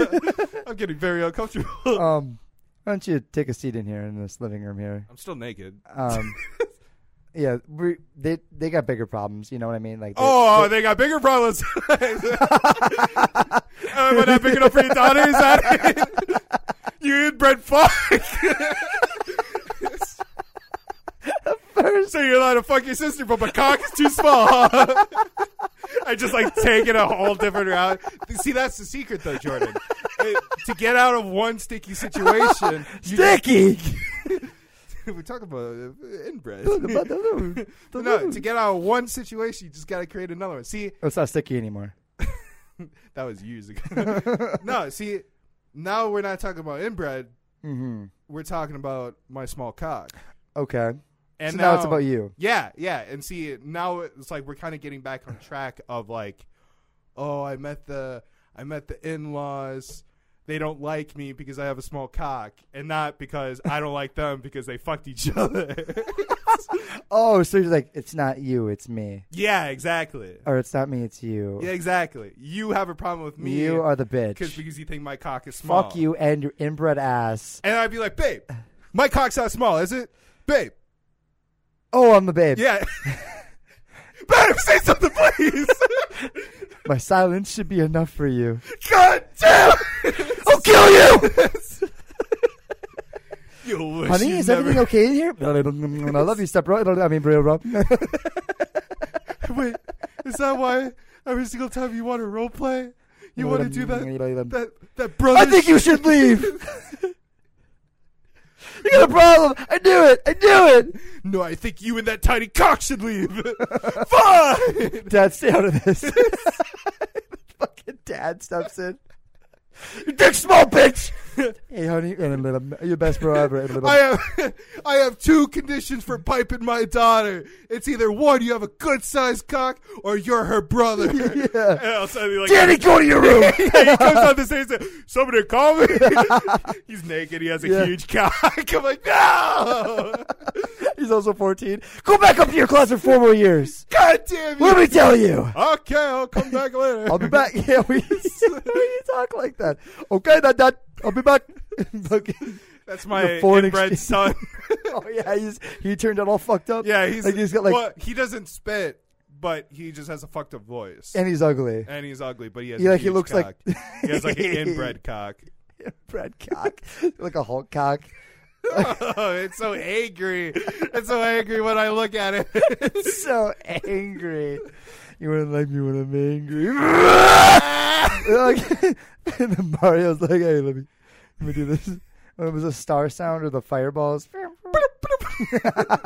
B: <laughs> I'm getting very uncomfortable.
A: Um, why don't you take a seat in here in this living room here?
B: I'm still naked. <laughs>
A: Um, yeah, we, they they got bigger problems. You know what I mean? Like, they,
B: Oh, they got bigger problems. <laughs> Uh, Am I not picking up for your daughter? Is that it? You and Brett Fuck. So you're allowed to fuck your sister, but my cock is too small. <laughs> huh? I just like take it a whole different route. See, that's the secret, though, Jordan. It- to get out of one sticky situation, you-
A: sticky.
B: <laughs> we talk about uh, inbred. <laughs> But no,
A: no,
B: to get out of one situation, you just got to create another one. See,
A: Oh, it's not sticky
B: <laughs>
A: anymore.
B: that was
A: <laughs>
B: years ago. <laughs> no, see, now we're not talking about inbred.
A: hmm
B: We're talking about my small cock.
A: Okay,
B: And
A: so now, it's about you.
B: Yeah, yeah. And see, now it's like we're kind of getting back on track of like, oh, I met the I met the in laws. They don't like me because I have a small cock, and not because I don't like them because they fucked each other. <laughs>
A: Oh, so you're like, it's not you, it's me,
B: yeah, exactly.
A: or it's not me, it's you.
B: Yeah, exactly. You have a problem with me
A: you are the
B: because
A: bitch.
B: because you think my cock is small.
A: Fuck you and your inbred ass.
B: And I'd be like, babe, my cock's not small, is it? Babe,
A: Oh, I'm the babe.
B: yeah. <laughs> babe, <laughs> say something, please. <laughs>
A: My silence should be enough for you.
B: God damn!
A: I'll kill you.
B: you
A: <laughs>
B: wish
A: Honey,
B: you
A: is
B: never-
A: everything okay in here? <laughs> I love you, step bro. I mean, bro, bro.
B: Wait, is that why every single time you want to role play, <laughs> you want to do that? That that
A: <laughs>
B: brother.
A: I think you should
B: <laughs>
A: leave. you got a problem. I do it. I do
B: No, I think you and that tiny cock should leave. <laughs> Fine.
A: <laughs> it. Dad, stay out of this. <laughs> Fucking dad steps in. You dick small bitch. hey, honey, you're the best bro ever.
B: I have, <laughs> I have two conditions for piping my daughter. It's either one, you have a good sized cock, or you're
A: <laughs>
B: her
A: <laughs>
B: brother. <laughs>
A: yeah.
B: And I'll suddenly, like,
A: Danny, go to your room. <laughs>
B: he comes on the stage and says, Somebody call me. <laughs> He's naked. He has a
A: Yeah.
B: huge cock. <laughs> I'm like, No! <laughs>
A: He's also 14. Go back up to your closet for four more years.
B: God damn
A: What
B: you.
A: did we tell you?
B: Okay, I'll come back later.
A: I'll be back. Yeah, we, <laughs> you talk like that. Okay, that that I'll be back. <laughs> Okay.
B: That's my
A: The foreign
B: inbred
A: exchange.
B: son.
A: <laughs> oh yeah, he's, he turned out all fucked up.
B: yeah, he's,
A: like he's got like,
B: well, he doesn't spit, but he just has a fucked up voice. And,
A: and he's ugly.
B: he's ugly, but he has
A: He,
B: a
A: like, he
B: huge
A: looks
B: cock.
A: like-
B: he
A: <laughs>
B: has like an inbred cock. <laughs>
A: Brad cock, <laughs> like a Hulk cock.
B: Oh, it's so angry. It's so angry when I look at it. <laughs>
A: so angry. You wouldn't like me when I'm angry. Like, <laughs> and then Mario's like, hey, let me let me do this. When it was a star sound or the fireballs. <laughs> God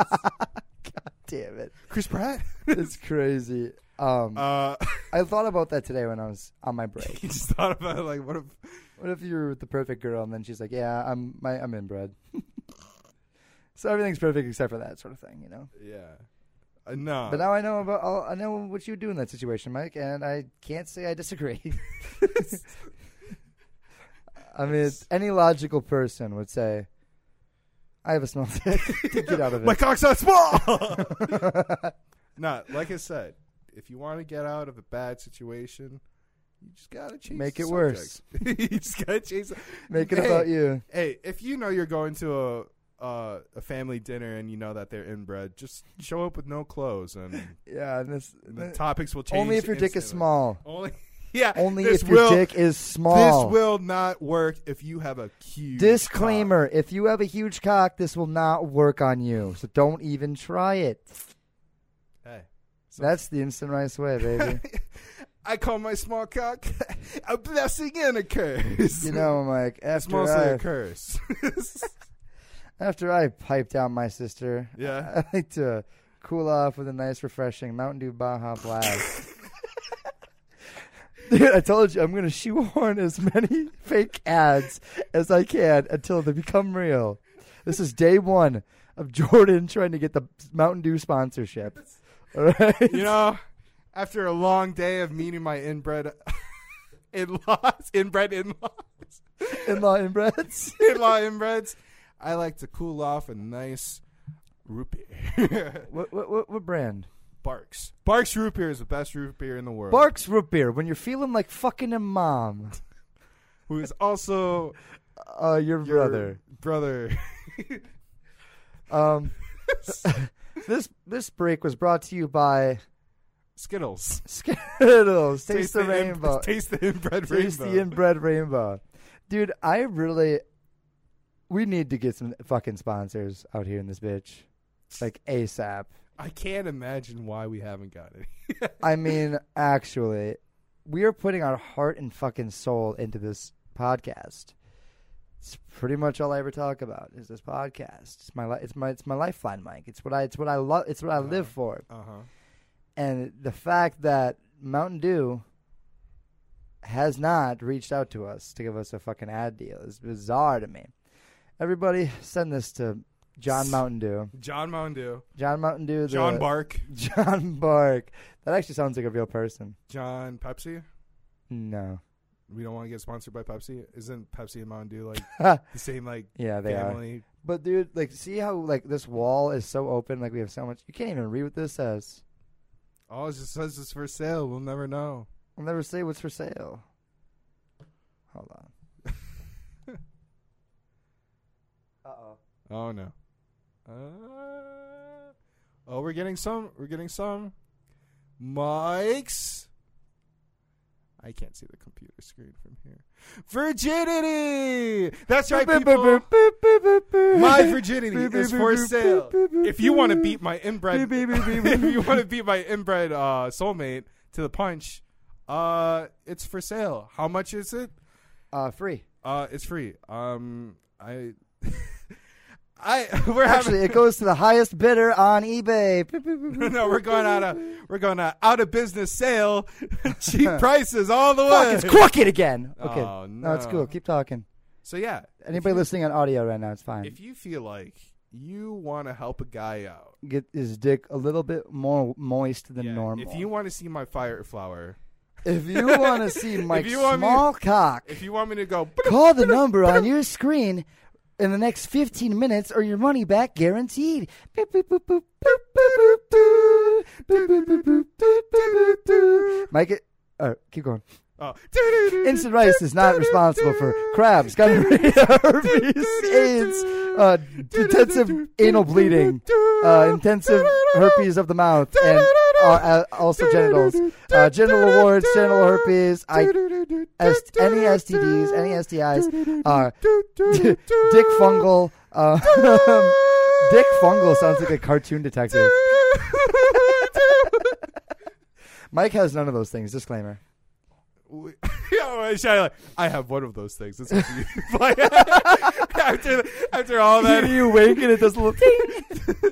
A: damn it.
B: Chris Pratt.
A: It's crazy. Um,
B: Uh, <laughs>
A: I thought about that today when I was on my break.
B: he just thought about it, like, what if
A: What if you're with the perfect girl and then she's like, "Yeah, I'm my I'm inbred." <laughs> so everything's perfect except for that sort of thing, you know.
B: Yeah. Uh, no.
A: But now I know about all, I know what you would do in that situation, Mike, and I can't say I disagree. <laughs> I mean, it's- any logical person would say, "I have a small
B: <laughs>
A: dick <laughs> to get out of
B: my
A: it."
B: cock's
A: <laughs>
B: not small. no, like I said, if you want to get out of a bad situation, you just gotta change.
A: Make
B: the
A: it worse.
B: subject. <laughs> you just gotta change. the- <laughs>
A: Make it
B: Hey,
A: about you.
B: Hey, if you know you're going to a uh, a family dinner and you know that they're inbred, just show up with no clothes and
A: Yeah, and this
B: the topics will change.
A: Uh, only if your dick is
B: instantly.
A: small.
B: Only. <laughs> Yeah.
A: Only
B: this
A: if your
B: will-
A: dick is small.
B: This will not work if you have a huge cock.
A: Disclaimer: If you have a huge cock, this will not work on you. So don't even try it.
B: So
A: That's the instant rice way, baby.
B: <laughs> I call my small cock <laughs> a blessing and a curse. <laughs>
A: you know, I'm like
B: it's
A: after
B: mostly a
A: I, <laughs>
B: curse.
A: after I pipe down my sister,
B: yeah.
A: <laughs> I like to cool off with a nice, refreshing Mountain Dew Baja
B: <laughs>
A: Blast. Dude, I told you I'm going to shoehorn as many <laughs> fake ads as I can until they become real. This is day one of Jordan trying to get the Mountain Dew sponsorship. All right.
B: You know, after a long day of meeting my inbred <laughs> in laws, inbred in <laughs> laws,
A: in law inbreds.
B: in law inbreds, I like to cool off a nice root
A: <laughs>
B: beer. <laughs>
A: What, what, what, what brand?
B: Barks. Barks root beer is the best root beer in the world.
A: Barks root beer. When you're feeling like fucking a mom,
B: who is also
A: uh, your,
B: your
A: brother.
B: Brother. <laughs>
A: <laughs> Um, this this break was brought to you by
B: Skittles.
A: Skittles. Taste, the,
B: in-
A: rainbow.
B: <laughs> taste the inbred
A: Taste
B: rainbow.
A: the inbred rainbow. Dude, I really. We need to get some fucking sponsors out here in this bitch, like ASAP.
B: I can't imagine why we haven't got it.
A: I mean, actually, we are putting our heart and fucking soul into this podcast. It's pretty much all I ever talk about is this podcast. It's my li- it's my it's my lifeline, Mike. It's what I it's what I love. It's what I live for.
B: Uh huh.
A: And the fact that Mountain Dew has not reached out to us to give us a fucking ad deal is bizarre to me. Everybody, send this to John Mountain Dew.
B: John Mountain Dew.
A: John Mountain Dew. The,
B: John Bark.
A: <laughs> John Bark. That actually sounds like a real person.
B: John Pepsi.
A: No.
B: We don't want to get sponsored by Pepsi. Isn't Pepsi and Mountain Dew like the same like
A: yeah, they are.
B: family?
A: But dude, like, see how like this wall is so open? Like we have so much. You can't even read what this says.
B: Oh, it just says it's for sale. We'll never know.
A: I'll never say what's for sale. Hold on. uh oh.
B: Oh no. Uh, oh, we're getting some. We're getting some. Mike's. I can't see the computer screen from here. Virginity. That's right, people. My <laughs> virginity is for sale. If you want to beat my inbred, <laughs> if you want to beat my inbred uh, soulmate to the punch, uh, it's for sale. How much is it?
A: uh, free.
B: Uh, it's free. Um, I, <laughs> I, <laughs> <laughs> we're
A: Actually, it goes to the highest bidder on
B: <laughs>
A: eBay.
B: having no. We're going out of we're going out, out of business sale. <laughs> Cheap
A: <laughs>
B: prices all the
A: Fuck,
B: way.
A: it's crooked again. Okay,
B: Oh,
A: it's
B: no.
A: cool. Keep talking.
B: So yeah,
A: Anybody listening on audio right now, it's fine.
B: if you feel like you want to help a guy out,
A: Get his dick a little bit more moist than
B: yeah,
A: normal.
B: if you want to see my fire flower.
A: If you want to see
B: <laughs> If
A: Mike's
B: you want me-
A: small cock,
B: If you want me
A: <laughs>
B: to go, <laughs>
A: call the number on your screen in the next 15 minutes or your money back guaranteed. Beep, boop, boop, boop, boop, boop, boop, doo. Boop, boop, boop, boop, doo, doo, doo, doo. Mike, it, uh, keep going.
B: oh.
A: Instant Rice is not responsible for
B: <laughs>
A: crabs, gonorrhea, <laughs> herpes, AIDS, uh, intensive anal bleeding, uh, intensive herpes of the mouth, and uh, uh, also genitals, uh, genital awards, genital herpes, I, S- any STDs, any STIs, uh, <laughs> dick fungal. <laughs> Uh, dick fungal sounds like a cartoon
B: <laughs>
A: detective. Mike has none of those things. <laughs> Disclaimer.
B: We- Oh, and Shia, like, I have one of those things. It's what you- <laughs> like, after, after all
A: <laughs>
B: that,
A: you wink and it does a little <laughs> ting.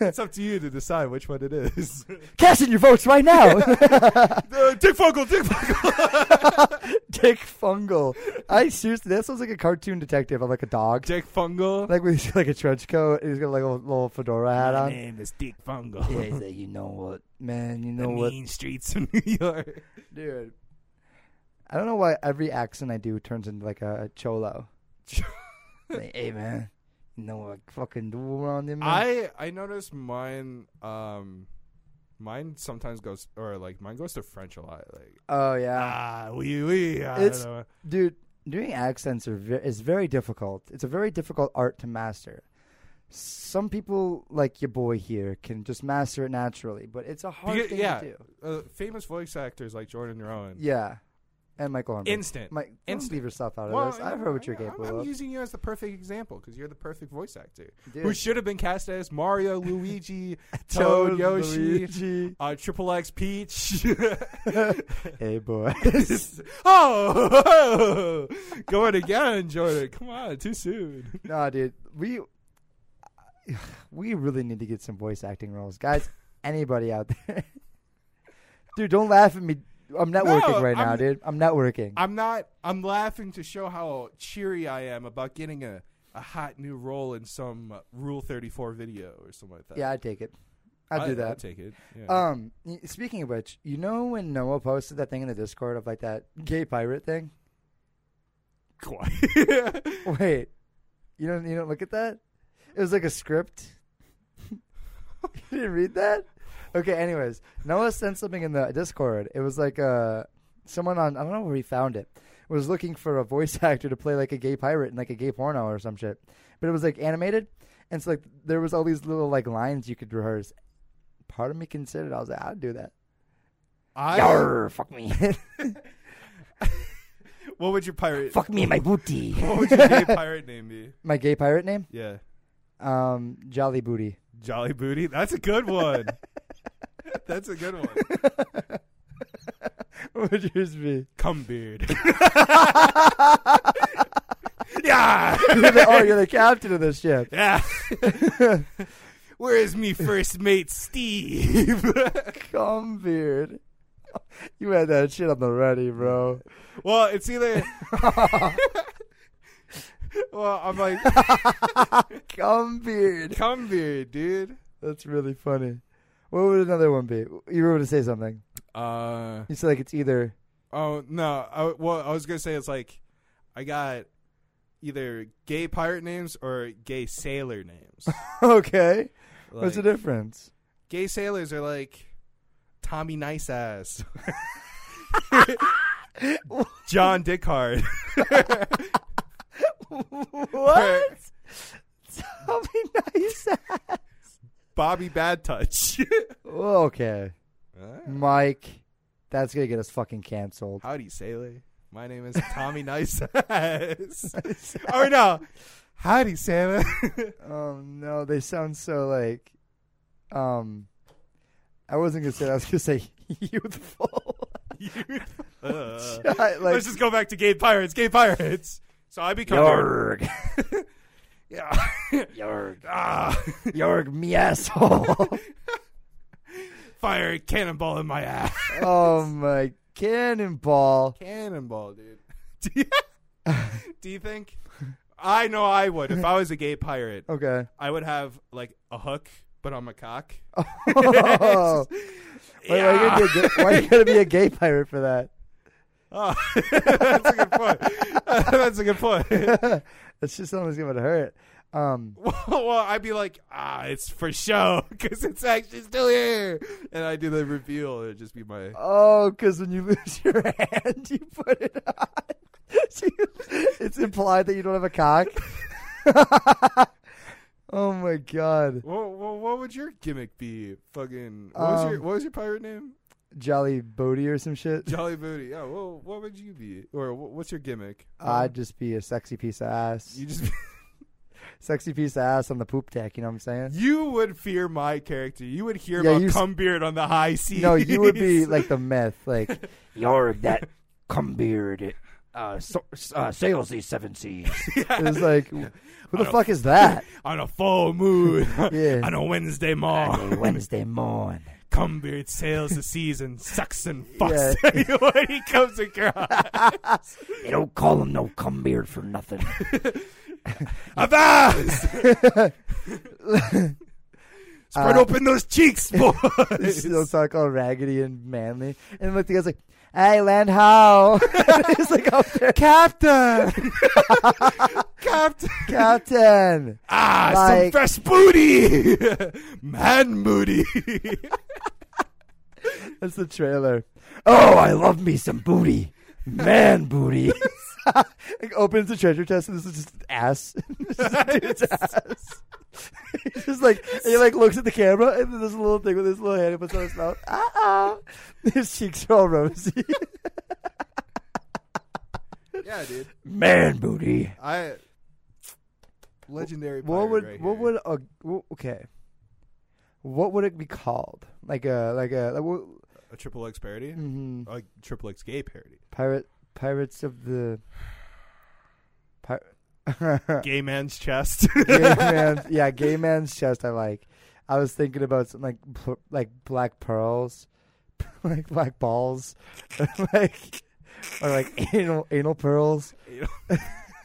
B: it's up to you to decide which one it is. <laughs>
A: Cast in your votes right <laughs> now.
B: Uh, Dick Funkle, Dick Funkle.
A: Dick fungal. I seriously, that sounds like a cartoon detective of like a dog.
B: <laughs> Dick Fungal.
A: Like with <laughs> like a trench coat, and he's got like a little fedora hat on.
B: name is Dick Fungal.
A: Yeah,
B: <laughs>
A: he's like, you know what, man, you know what,
B: streets of New York.
A: dude. I don't know why every accent I do turns into like a, a cholo.
B: <laughs>
A: like, hey man, you know what I fucking do around here, man?
B: I I noticed mine um mine sometimes goes or like mine goes to French a lot like
A: oh yeah,
B: ah oui oui I
A: It's-
B: don't know.
A: dude. Doing accents are ve- is very difficult. It's a very difficult art to master. Some people, like your boy here, can just master it naturally, but it's a hard
B: Because-
A: thing
B: yeah.
A: to do.
B: Uh, famous voice actors like Jordan Rowan
A: Yeah, and Michael Armstrong.
C: Instant.
A: Mike, don't
C: Instant.
A: leave yourself out of
B: Well,
A: this.
B: you
A: I've
B: know,
A: heard what
B: I-
A: you're capable
B: I'm, I'm
A: of.
B: using you as the perfect example because you're the perfect voice actor
A: Dude.
B: who should have been cast as Mario, Luigi, <laughs> Toad, Yoshi,
A: Luigi.
B: uh, Triple X Peach. <laughs>
A: Hey boy.
B: oh, <laughs> going again, Jordan. Come on, too soon.
A: nah, dude. <laughs> We <sighs> we really need to get some voice acting roles, guys. Anybody out there? <laughs> dude, don't laugh at me. I'm networking
B: No,
A: right now,
B: I'm-
A: dude. I'm networking.
B: I'm not. I'm laughing to show how cheery I am about getting a, a hot new role in some uh, Rule 34 video or something like that.
A: yeah, I'd take it. I'd do
B: i
A: that.
B: take it. Yeah.
A: Um, y- speaking of which, you know when Noah posted that thing in the Discord of like that gay pirate thing?
B: Quiet. <laughs>
A: Wait, you don't you don't look at that? It was like a script. <laughs> you didn't read that? Okay. Anyways, Noah sent something in the Discord. It was like uh, someone on I don't know where he found it was looking for a voice <laughs> actor to play like a gay pirate in like a gay porno or some shit. But it was like animated, and so like there was all these little like lines you could rehearse. Part of me considered I was like I'd do that.
B: I,
A: Yarr, fuck
D: <laughs>
A: me.
B: What would your pirate?
A: fuck me, my booty.
B: What
A: <laughs>
B: would your gay pirate name be?
A: my gay pirate name?
B: Yeah,
A: Um, Jolly Booty.
B: Jolly Booty. That's a good one. That's a good one.
A: <laughs> What would yours be? <laughs>
B: Come beard. <laughs>
A: You're the- oh, you're the captain of this ship.
B: Yeah.
A: <laughs>
B: Where is me first mate Steve? <laughs>
A: Come, beard. You had that shit on the ready, bro. <laughs>
B: well, it's either. well, I'm like
A: Come, beard.
B: <laughs> come beard, dude.
A: That's really funny. What would another one be? You were going to say something.
B: Uh
A: You said like it's either. <laughs>
B: oh no. I, well, I was gonna say it's like I got either gay pirate names or gay
A: <laughs>
B: sailor names.
A: Okay.
B: Like,
A: What's the difference?
B: gay sailors are like Tommy Nice
A: <laughs>
B: Ass, John Dickard.
A: what? Tell me nice.
B: <laughs> Bobby Bad <laughs> Touch.
A: okay, Mm. Mike. That's gonna get us fucking
B: <laughs>
A: canceled. <laughs>
B: Howdy, sailor. My name is Tommy Nice <laughs> Ass. or no, howdy, sailor. <laughs>
A: Oh no, they sound so like um I wasn't gonna say that, I was gonna say <laughs> youthful. <laughs>
B: Uh,
A: I, like
B: Let's just go back to gay pirates. Gay pirates. So I become.
A: Yorg
B: <laughs> Yeah.
A: Yorg
B: <laughs> ah,
A: Yorg me
B: <laughs>
A: asshole.
B: fire a cannonball in my <laughs> ass.
A: oh my cannonball.
B: Cannonball, dude. <laughs> Do you, do you think? I know I would. If I was a gay pirate,
A: Okay.
B: <laughs> I would have like a hook, but on my cock.
A: Oh. Wait, <laughs> why, you gonna be a gay, why you gonna be a gay pirate for that?
B: Oh, <laughs> that's a good point. <laughs> that's a good point. <laughs>
A: <laughs> That's just something's gonna hurt. Um
B: Well, well, I'd be like, ah, it's for show because it's actually still here, and I do the reveal. It'd just be my.
A: Oh, because when you lose your <laughs> hand, you put it on. <laughs> So you- it's implied that you don't have a cock. <laughs> oh my god,
B: Well, well, what would your gimmick be? Fucking. What was, your,
A: Um,
B: what was your pirate name?
A: Jolly Bodie or some shit.
B: Jolly Booty. Yeah. Well, what would you be? Or wh- what's your gimmick? Um,
A: I'd just be a sexy piece of ass.
B: You just. <laughs>
A: Sexy piece of ass on the poop deck. You know what I'm saying?
B: You would fear my character. You would hear
A: Yeah,
B: about
A: you s-
B: cum beard on the high seas.
A: No, you would be like the myth. Like
D: Yorg, that cumbeard uh, so, uh, sails these seven seas.
A: it
B: <laughs>
A: was like, who the fuck is that?
B: <laughs> on a full moon
A: <laughs> Yeah.
B: on a Wednesday
A: <laughs>
B: morn. <laughs>
D: Hey, Wednesday morn.
B: Cum beard sails the seas and sucks and
A: <laughs>
B: fucks
A: Yeah.
B: when he comes across.
D: They don't call him no cumbeard for nothing.
B: Avast!
A: <laughs>
B: <laughs> Spread
A: Uh,
B: open
A: <laughs>
B: those cheeks, boys.
D: <laughs>
A: Still talk all raggedy and manly, and like the guy's like, "Hey, land how?" <laughs> He's like up there, <laughs> Captain,
B: Captain.
A: Captain.
B: Ah, some
A: Like-
B: fresh booty. <laughs> Man booty.
A: That's the trailer.
D: Oh, I love me some booty. Man booty.
A: <laughs> Like opens the treasure chest and this is just ass. <laughs> This is a dude's ass. <laughs> He's just like and he like looks at the camera and then there's a little thing with his little uh-uh." <laughs> hand he puts on his mouth. Uh oh. His cheeks are all rosy.
B: <laughs> Yeah, dude.
D: Man booty.
B: I legendary.
A: What
B: pirate
A: would
B: right
A: what
B: here.
A: would a w- okay? What would it be called? Like a like a like, what,
B: a triple X parody?
A: mhm.
B: Like triple X gay parody.
A: pirate pirates of the. Pir- <laughs>
B: Gay man's chest. <laughs>
A: gay man's, yeah, gay man's chest. I like. I was thinking about something like pl- like black pearls, <laughs> like black balls, <laughs> like or like anal anal pearls, <laughs>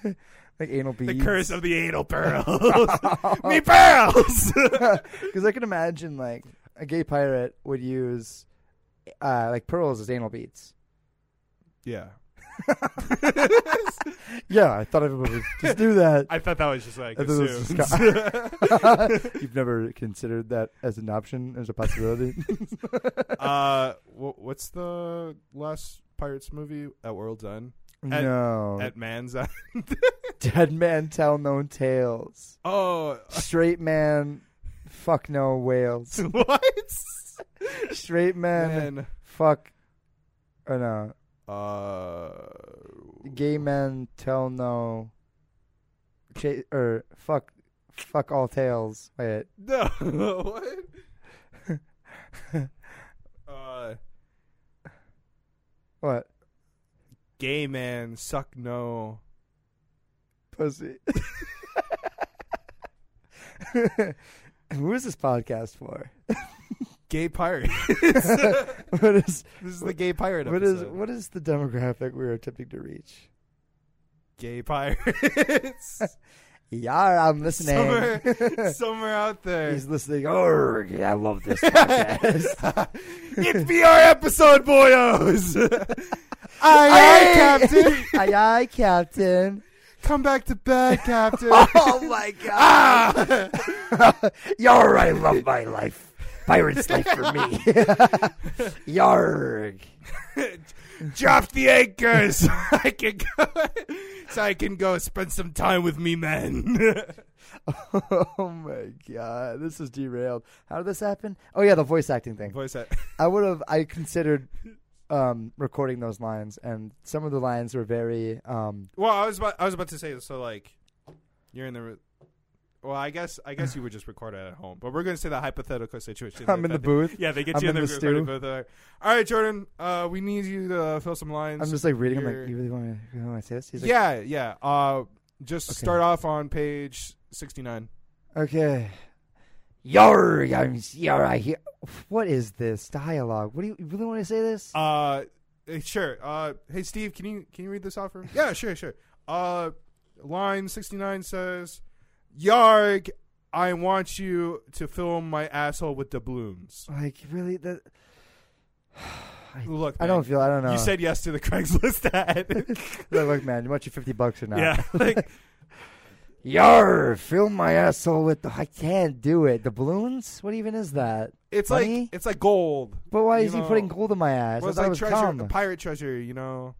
A: like anal
B: the
A: beads.
B: curse of the anal
A: <laughs>
B: pearls. Me pearls. <laughs>
A: Because I can imagine like a gay pirate would use uh, like pearls as anal beads.
B: yeah.
A: Yeah, I thought everybody would just do that.
B: I thought that was just like
A: I thought it was <laughs>
B: assumed.
A: You've never considered that as an option, as a <laughs> possibility.
B: <laughs> uh, wh- what's the last Pirates movie at World's End? At-
A: no,
B: At Man's End.
A: dead man tell no tales.
B: Oh, <laughs>
A: Straight man, fuck no whales. <laughs>
B: what?
A: Straight man,
B: Man.
A: fuck. Or no,
B: Uh,
A: gay men tell no. Cha- or fuck, fuck all tales. Wait,
B: <laughs> no. what?
A: <laughs>
B: uh,
A: what?
B: gay man suck no.
A: Pussy. <laughs> Who is this podcast for? <laughs>
B: Gay pirate. <laughs>
A: What is
B: This is the gay pirate.
A: what is
B: episode.
A: what is the demographic we are attempting to reach? <laughs>
B: gay pirates?
A: Yeah, I'm listening. <laughs>
B: somewhere, <laughs> somewhere out there.
A: He's listening. Oh, <laughs>
D: Erg, I love this.
B: it's VR episode, boyos.
A: <laughs>
B: aye,
A: Aye.
B: aye, Captain.
A: aye, aye, <laughs> Captain.
B: Come back to bed, Captain.
A: <laughs>
D: oh my god. Yar, Ah, I love my life. Pirate's life for me. Yarg.
B: <laughs> Drop the anchors. <laughs> so I can go. So I can go spend some time with me, men. <laughs>
A: <laughs> oh my god, this is derailed. How did this happen? Oh yeah, the voice acting thing.
B: Voice that.
A: I would have I considered um, recording those lines, and some of the lines were very um,
B: Well, I was about, I was about to say so. Like, you're in the. Re- well, I guess I guess you would just record it at home, but we're going to say the hypothetical situation.
A: I'm in the
B: That they-
A: booth.
B: Yeah, they get
A: I'm
B: you in,
A: in
B: the,
A: the
B: recording
A: stew.
B: booth. They're like, All right, Jordan, uh, we need you to fill some lines.
A: I'm just like reading. I'm
B: You're-
A: like, you really want me you really want me to say this? He's like,
B: yeah, yeah. Uh, just
A: Okay.
B: start off on page sixty-nine.
A: okay.
D: Yarg, I'm yar, I hear.
A: What is this dialogue? What do you, you really want to say this?
B: Uh, eh, sure. Uh, hey Steve, can you can you read this off for me? yeah, sure, sure. Uh, line sixty-nine says, "Yarg, I want you to fill my asshole with doubloons."
A: like really? That
B: Look,
A: I don't
B: man,
A: feel. I don't know.
B: You said yes to the <laughs> Craigslist
A: <laughs>
B: ad.
A: look, look, man, you want your fifty bucks or not?
B: <laughs> yeah, like
D: Yarg.
A: Fill my asshole with the. I can't do it. The balloons? What even is that?
B: it's
A: Money?
B: like it's like gold.
A: But why
B: You
A: is he
B: know,
A: putting gold in my ass?
B: Well,
A: I
B: it's
A: thought it
B: like
A: was
B: treasure,
A: cum.
B: a pirate treasure, you know.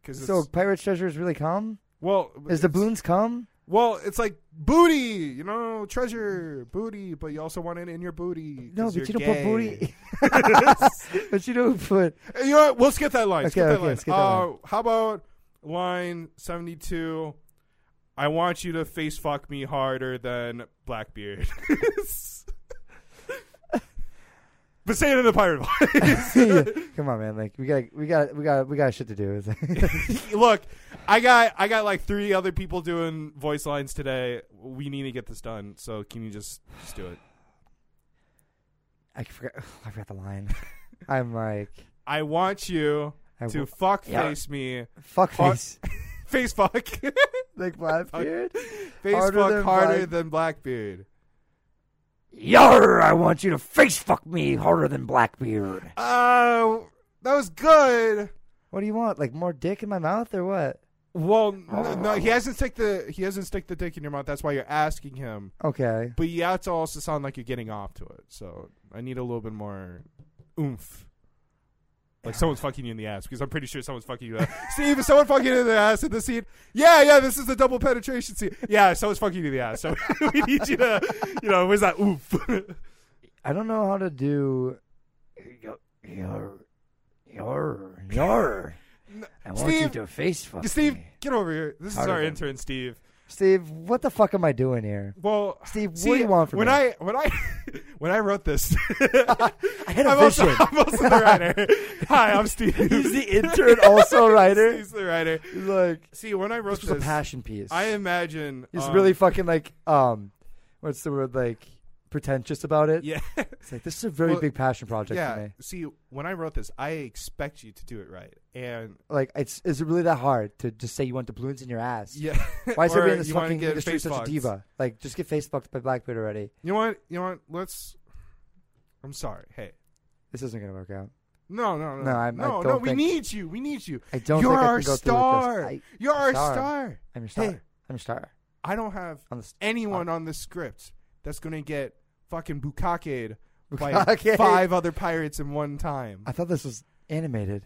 B: Because
A: So pirate treasures really come?
B: well,
A: Is the
B: it's-
A: balloons come?
B: Well, it's like booty, you know, treasure, booty, but you also want it in your booty.
A: No,
B: 'cause
A: but you
B: you're
A: don't put
B: gay.
A: booty. <laughs>
B: <laughs>
A: but you don't put.
B: You know what? We'll skip that line. skip
A: Okay,
B: that
A: okay,
B: line.
A: skip that
B: uh,
A: line.
B: How about line seventy-two? I want you to face fuck me harder than Blackbeard. <laughs> but say it in the pirate voice.
A: Come on, man. Like we got, we got, we got, we got shit to do.
B: <laughs> Look, I got I got like three other people doing voice lines today. We need to get this done. So can you just just do it?
A: <laughs> I forgot. <sighs> I forgot the line. <laughs> I'm like,
B: I want you
A: I <laughs>
B: to
A: w-
B: fuck
D: Yeah.
B: face me,
A: fuck
B: Har- <laughs>
A: face.
B: face fuck, <laughs> face
A: like
B: <laughs>
A: Blackbeard. Harder
B: fuck
A: than
B: harder
A: Black-
B: than Blackbeard.
D: Yar, I want you to face fuck me harder than Blackbeard.
B: Oh, that was good.
A: What do you want? Like more dick in my mouth or what?
B: Well, no, no,
D: <laughs>
B: he hasn't stick the he hasn't stick the dick in your mouth. That's why you're asking him.
A: Okay.
B: But you have to also sound like you're getting off to it. So I need a little bit more oomph. Like someone's fucking you in the ass because I'm pretty sure someone's fucking
D: <laughs>
B: you. In the ass. Steve, is someone fucking you in the ass in the scene? Yeah, yeah, this is the double penetration scene. Yeah, someone's fucking you in the ass. So <laughs> we need you to, you know, where's that oomph? <laughs>
A: I don't know how to do.
D: Yar, yar, yar. I want you
B: Steve,
D: to face fuck
B: Steve,
D: me.
B: get over here. This is
D: Harder
B: our
D: than-
B: intern, Steve.
A: Steve, what the fuck am I doing here?
B: Well,
A: Steve, what
B: see,
A: do you want from
B: when
A: me?
B: I when I <laughs> when I wrote this,
A: <laughs> I had a
B: I'm also,
A: vision.
B: I'm also
A: <laughs>
B: the writer. Hi, I'm Steve.
A: He's the intern, also writer.
B: <laughs> He's the writer.
A: He's like,
B: See, when I wrote
A: this was a
B: this,
A: passion piece.
B: I imagine
A: He's
B: um,
A: really fucking like, um, what's the word? Like pretentious about it.
B: <laughs> yeah,
A: It's like <laughs> this is a very
B: Well,
A: big passion project for
B: yeah.
A: me.
B: See, when I wrote this, I expect you to do it right, and
A: Like, it's is it really that hard to just say you want doubloons in your ass?
B: yeah.
A: <laughs>
B: <laughs>
A: Why is
B: or
A: everybody in this
B: you wanna
A: fucking
B: get
A: industry
B: face
A: such a
B: fucked.
A: diva? Like, just get face fucked by Blackbeard already.
B: You know what? You know what? Let's. I'm sorry. Hey.
A: This isn't gonna work out.
B: No, no, no,
A: No, I'm- I
B: no, no.
A: don't
B: We
A: think-
B: need you. We need you.
A: I don't
B: You're
A: think I
B: our
A: can go
B: star.
A: through with this. I,
B: You're our
A: Star.
B: star.
A: I'm your star.
B: Hey.
A: I'm your star.
B: I don't have
A: I'm the st-
B: anyone on this script that's going to get fucking bukaked by
A: Bukake.
B: five other pirates in one time.
A: I thought this was animated.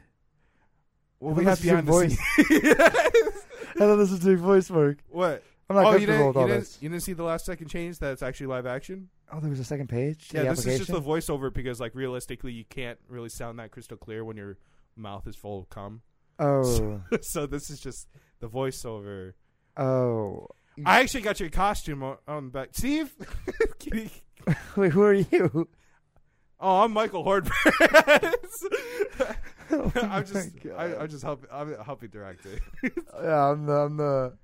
B: Well,
A: I
B: we
A: thought this was
B: have behind
A: your
B: the scenes.
A: <laughs> I thought this was doing voice work.
B: <laughs> what?
A: I'm not
B: oh, you
A: comfortable
B: didn't,
A: with
B: you,
A: all
B: didn't,
A: this.
B: you didn't see the last second change that's actually live action?
A: Oh, there was a second page. to
B: Yeah,
A: the
B: this is just
A: application?
B: the voiceover because, like, realistically, you can't really sound that crystal clear when your mouth is full of cum. <laughs>
A: Oh,
B: so this is just the voiceover.
A: oh. <laughs>
B: I actually got your costume on, on back. Steve? <laughs> Kitty.
A: Wait, who are you? <laughs>
B: Oh, I'm Michael <laughs> Hornberg.
A: Oh my
B: I'm just,
A: God.
B: I, I'm just help, I'm helping
A: <laughs>
B: direct it.
A: Yeah, I'm the, I'm the.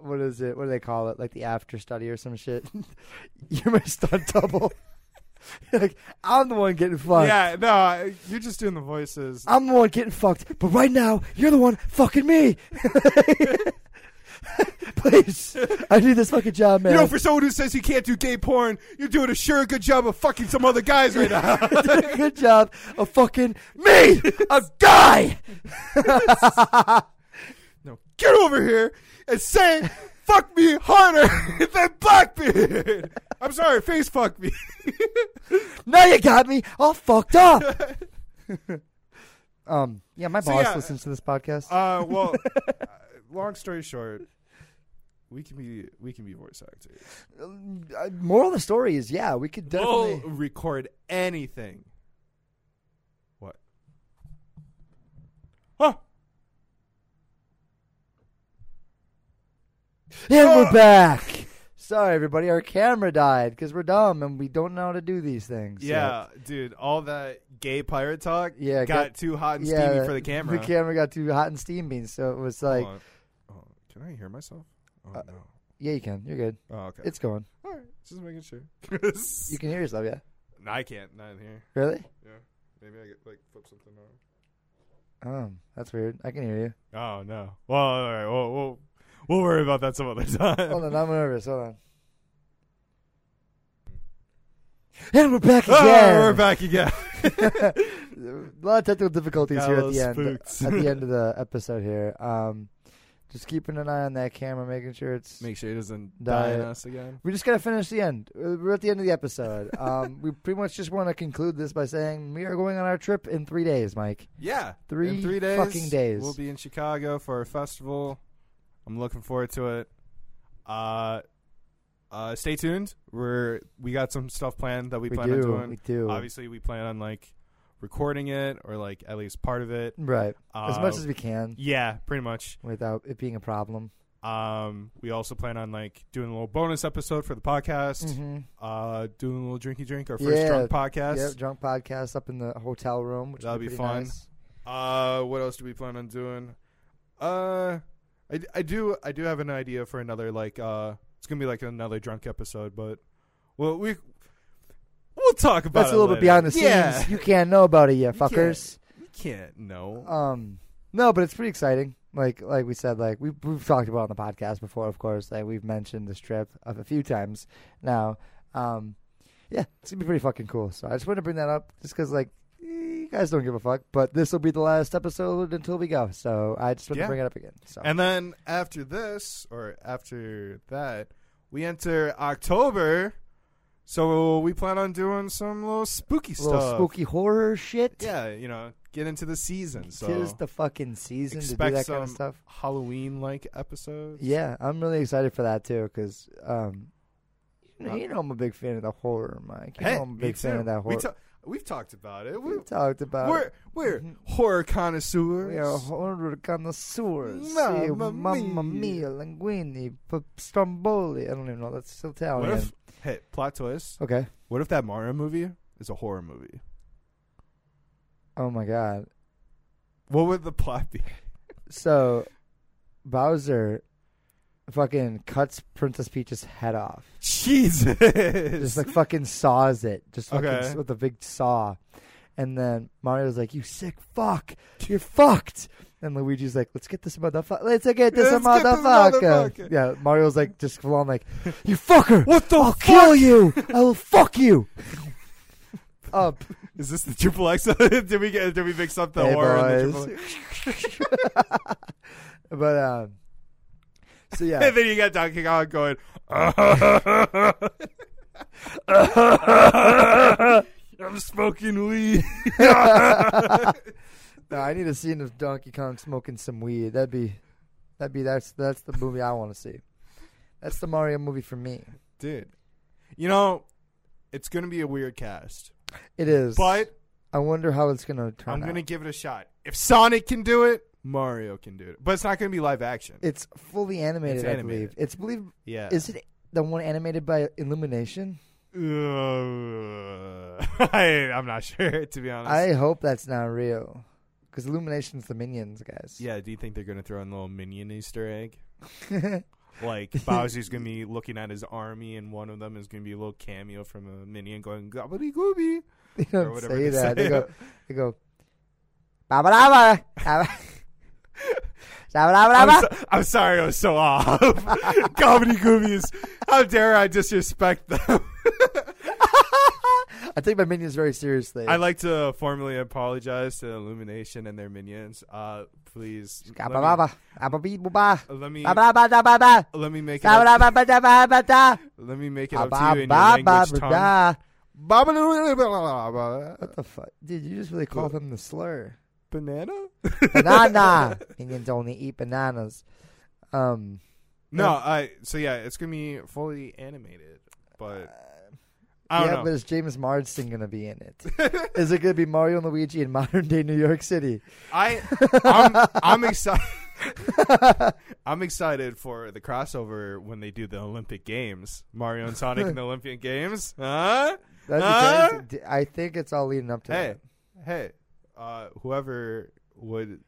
A: What is it? What do they call it? Like the after study or some shit. <laughs> You're my stunt double. <laughs> like I'm the one getting fucked.
B: yeah, no, I- you're just doing the voices.
A: I'm the one getting fucked. But right now, you're the one fucking me. <laughs> Please, I need this fucking job, man.
B: You
A: <laughs>
B: know, for someone who says he can't do gay porn, you're doing a sure good job of fucking some other guys right
A: <laughs>
B: now. <laughs>
A: did a good job of fucking me, a guy. <laughs>
B: <laughs> no, get over here and say, fuck me harder <laughs> than Blackbeard. I'm sorry, face
A: <laughs>
B: fuck me.
A: Now you got me all fucked
B: <laughs>
A: up. um, yeah, my
B: So,
A: boss
B: yeah.
A: listens to this podcast.
B: Uh, well, uh, <laughs> long story short, we can be we can be voice actors.
A: Uh, Moral of the story is, yeah, we could definitely.
B: We'll record anything. What? Huh?
A: And we're back. Sorry, everybody. Our camera died because we're dumb and we don't know how to do these things.
B: Yeah, dude, all that gay pirate talk
A: Yeah,
B: got
A: get-
B: too
A: So,
B: hot and
A: yeah,
B: steamy for the camera.
A: The camera got too hot and steamy, so it was like,
B: Hold on. Hold on. Can I hear myself? Oh,
A: Uh,
B: no.
A: yeah, you can. You're good.
B: Oh, okay.
A: It's going.
B: all right. Just making sure.
A: <laughs> You
B: <laughs>
A: can hear yourself, yeah.
B: No, I can't. Not in here.
A: Really?
B: Yeah. Maybe I get like flip something on.
A: Oh, that's weird. I can hear you.
B: Oh no. Well, all right. We'll we'll, we'll worry about that some other <laughs> time.
A: Hold on, I'm nervous. Hold on. And we're back again.
B: Oh, we're back again.
A: <laughs>
B: <laughs>
A: a lot of technical difficulties
B: Got a
A: here at
B: little
A: the end.
B: spooked.
A: At the end of the episode here, um, just keeping an eye on that camera, making sure it's.
B: Make sure it doesn't
A: Die.
B: die on us again.
A: we just gotta finish the end. Uh, We're at the end of the episode. Um, we pretty much just want to conclude this by saying we are going on our trip in three days, Mike.
B: Yeah,
A: Three
B: in three days,
A: fucking days.
B: We'll be in Chicago for a festival. I'm looking forward to it. Uh, uh, stay tuned. We're we got some stuff planned that we,
A: We
B: plan
A: do.
B: on doing.
A: We do.
B: Obviously, we plan on like recording it or like at least part of it.
A: Right. as
B: Uh,
A: much as we can
B: yeah, pretty much.
A: without it being a problem.
B: Um, we also plan on like doing a little bonus episode for the podcast.
A: Mm-hmm.
B: Uh, doing a little drinky drink, our first
A: Yeah.
B: drunk podcast.
A: Yep, drunk podcast up in the hotel room, which
B: That'll
A: would be,
B: be
A: pretty
B: fun.
A: nice.
B: Uh, what else do we plan on doing? Uh, I, I do I do have an idea for another like uh, it's gonna be like another drunk episode, but well we we'll talk about
A: That's
B: it
A: a little
B: later.
A: bit behind the scenes.
B: Yeah,
A: <laughs> You can't know about it yet,
B: You can't.
A: fuckers.
B: you can't know.
A: Um, no, but it's pretty exciting. Like like we said, like we we've talked about it on the podcast before, of course. Like we've mentioned this trip of a few times now. Um, yeah, it's gonna be pretty fucking cool. So I just wanted to bring that up, just because like eh, you guys don't give a fuck, but this will be the last episode until we go. So I just want to
B: Yeah.
A: bring it up again. So
B: and then after this or after that, we enter October, so we plan on doing some little spooky
A: a little
B: stuff.
A: spooky horror shit.
B: Yeah, you know, get into the season. So
A: Tis the fucking season to do
B: expect
A: that
B: some
A: kind of stuff.
B: Halloween like episodes.
A: Yeah, I'm really excited for that too because um, you, know,
B: Uh,
A: you know I'm a big fan of the horror, Mike. You
B: Hey,
A: know I'm a
B: me
A: big fan
B: too.
A: of that
B: We
A: horror.
B: ta- We've talked about it. We,
A: We talked about Mm-hmm.
B: we're we're horror connoisseurs.
A: We are horror connoisseurs.
B: Mamma
A: See, Mamma
B: mia.
A: mia, linguini, p- stromboli. I don't even know. That's
B: what
A: Italian.
B: if? Hey, plot twist.
A: okay.
B: What if that Mario movie is a horror movie?
A: Oh my god.
B: What would the
A: <laughs>
B: plot be?
A: So, Bowser fucking cuts Princess Peach's head off.
B: Jesus.
A: Just
B: <laughs>
A: like fucking saws it. Just fucking
B: Okay.
A: s- with a big saw. And then Mario's like, "You sick fuck, you're fucked." And Luigi's like, "Let's get this motherfucker. Let's get this
B: Let's get this
A: motherfucker."
B: motherfucker.
A: yeah, Mario's like, just full on like, "You fucker,
B: <laughs> what the
A: I'll
B: fuck?
A: kill you. I will fuck you." <laughs> Up,
B: Is this the triple X? <laughs> did we get? Did we mix up the
A: Hey,
B: horror? And, the
A: boys.
B: triple X?
A: but um, so yeah, <laughs>
B: <laughs> and then you got Donkey Kong going. <laughs> I'm smoking
A: <laughs>
B: weed.
A: No, I need a scene of Donkey Kong smoking some weed. That'd be, that'd be that's that's the movie I want to see. That's the Mario movie for me.
B: Dude, you know, it's gonna be a weird cast,
A: It is.
B: but
A: I wonder how it's gonna turn.
B: I'm gonna
A: out.
B: give it a shot. If Sonic can do it, Mario can do it. But it's not gonna be live action.
A: It's fully animated,
B: It's
A: I
B: animated.
A: believe. It's believe.
B: yeah.
A: Is it the one animated by Illumination?
B: Uh, <laughs> I, I'm not sure <laughs> to be honest.
A: I hope that's not real, because Illumination's the Minions guys. <laughs>
B: yeah. Do you think they're gonna throw in a little minion Easter egg? Like <laughs> Bowser's gonna be looking at his army, and one of them is gonna be a little cameo from a minion going gobbly gooby.
A: they
B: Or
A: don't
B: whatever
A: say
B: they
A: that.
B: say.
A: They go. They go. Ba ba da
B: <laughs>
A: ba. Ba ba da ba.
B: I'm, so- I'm sorry, I was so off. <laughs> Comedy goobies. How dare I disrespect them?
A: <laughs>
B: <laughs>
A: I take my minions very seriously.
B: I'd like to formally apologize to Illumination and their minions. Uh, please let me,
A: Ba-ba-ba-ba.
B: let me
A: Ba-ba-ba-da-ba-ba.
B: let me make it up,
A: Ba-ba-ba-ba-da-ba-ba-da.
B: let me make it up to you in your language tongue.
A: Ba-ba-ba-ba-da.
B: Ba-ba-da-ba-da-ba-da.
A: What the fuck? Dude, you just really called them the slur.
B: Banana?
A: <laughs> Banana. Minions only eat bananas. Um,
B: <laughs>
A: <laughs>
B: No, I so yeah, it's gonna be fully animated, but I don't
A: yeah,
B: know.
A: but is James Marsden going to be in it? <laughs> is it going to be Mario and Luigi in modern day New York City? <laughs>
B: I I'm, I'm excited. <laughs> I'm excited for the crossover when they do the Olympic Games, Mario and Sonic
A: <laughs>
B: in the Olympic Games. Huh?
A: That'd be
B: Huh?
A: crazy. D- I think it's all leading up to
B: Hey,
A: that.
B: hey, uh, whoever would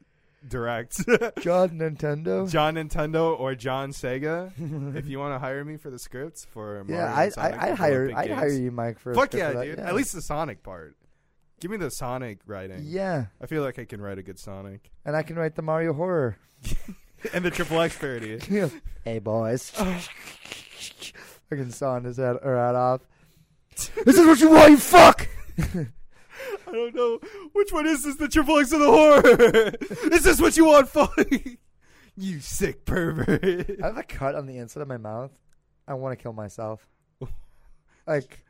B: direct <laughs>
A: John Nintendo.
B: John Nintendo or
A: <laughs>
B: John Sega, if you want to hire me for the scripts for Mario
A: yeah,
B: and
A: I,
B: Sonic
A: I, I'd
B: in the
A: hire,
B: Olympic
A: I'd
B: Games.
A: hire you, Mike, for a
B: Fuck
A: script
B: yeah,
A: for that.
B: dude! At least the Sonic part. Give me the Sonic writing.
A: Yeah,
B: I feel like I can write a
A: <laughs>
B: good Sonic
A: and I can write the Mario
B: <laughs>
A: horror. <laughs>
B: and the Triple X parody.
A: hey boys.
B: Uh.
A: <laughs> Fucking sawing his head or head off. this is what you want, you fuck!
B: I don't know which one is this, the triple X of the horror. <laughs> is this what you want, fuck? you sick pervert.
A: I have a cut on the inside of my mouth. I want to kill
B: <laughs>
A: myself. like,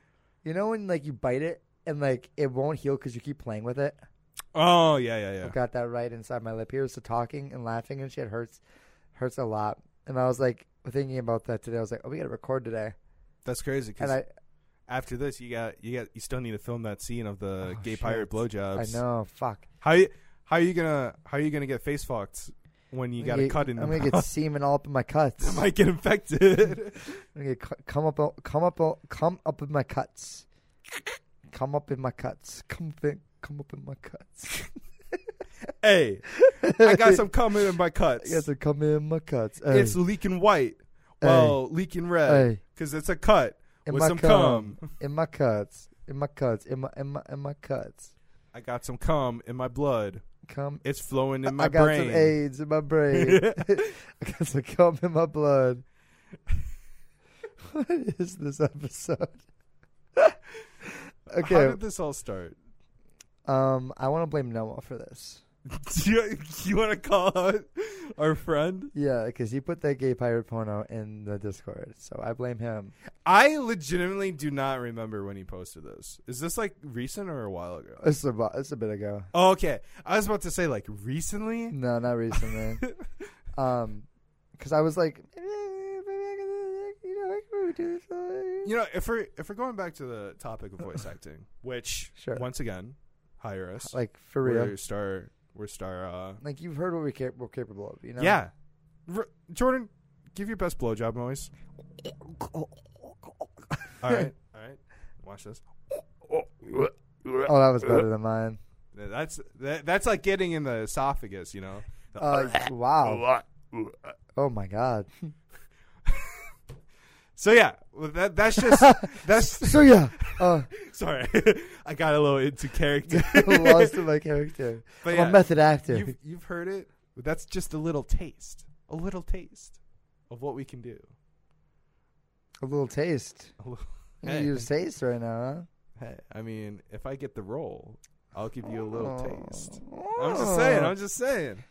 A: you know when like you bite it and like it won't heal because you keep playing with it.
B: Oh yeah, yeah, yeah.
A: I've got that right inside my lip here. So talking and laughing and shit hurts, hurts a lot. And I was like thinking about that today. I was like, oh, we gotta record today.
B: That's crazy.
A: And
B: Because
A: I,
B: after this, you got you got you still need to film that scene of the
A: Oh,
B: gay
A: shit.
B: pirate
A: I
B: blowjobs.
A: know, fuck.
B: How you how you gonna how you gonna get face fucked when you got a cut in?
A: I'm
B: the
A: gonna get <laughs>
B: mouth? <laughs>
A: semen all up in my cuts.
B: It might get infected. <laughs>
A: I'm gonna cu- come up, o- come up, o- come up in my cuts. Come up in my cuts. Come up in, come up in my cuts.
B: hey, <laughs> I got some coming in my
A: I
B: cuts.
A: got to come in my cuts. Hey,
B: it's leaking white.
A: Hey.
B: Well, leaking red
A: hey,
B: because it's a cut
A: in
B: with
A: my
B: some
A: cum,
B: cum.
A: in my cuts, in my cuts, in my in my in my cuts.
B: I got some cum in my blood.
A: Come.
B: It's flowing in
A: I
B: my
A: got
B: brain.
A: some AIDS in my
B: <laughs>
A: brain. <laughs> I got some cum in my blood. <laughs> what is this episode? <laughs>
B: How
A: okay.
B: did this all start? <laughs>
A: Um, I want to blame Noah for this.
B: Do you, want to call <laughs> out our friend?
A: Yeah, because he put that gay pirate porno in the Discord, so I blame him.
B: I legitimately do not remember when he posted this. Is this like recent or a while ago?
A: It's a bu- it's a bit ago.
B: Oh, okay. I was about to say like
A: <laughs>
B: recently.
A: No, not recently. um, because I was like, "Eh, maybe I could, you know, I could do something?
B: <laughs> You know, if we're if we're going back to the topic of voice acting, which
A: Sure.
B: once again, hire us.
A: Like for real.
B: we're star, we're star. Uh,
A: Like you've heard what we cap- we're capable of, you know?
B: Yeah, R- Jordan, give your best
A: <laughs>
B: blowjob noise. All right, all right. Watch this.
A: Oh, that was better than mine.
B: That's that, that's like getting in the esophagus, you know. <laughs>
A: Uh, wow. Oh my god.
B: So yeah, well, that that's
A: <laughs>
B: just that's
A: So yeah, uh, <laughs>
B: sorry. <laughs> I got a little into character.
A: lost in my character.
B: But
A: I'm
B: <laughs> yeah,
A: a method actor.
B: You've, you've heard it. But that's just a little taste, a little taste of what we can do.
A: A little taste.
B: A little-
A: You
B: Hey.
A: use taste right now.
B: Hey, I mean, if I get the role, I'll give you a
A: Huh?
B: little taste. I'm just saying. I'm just saying.
A: Oh.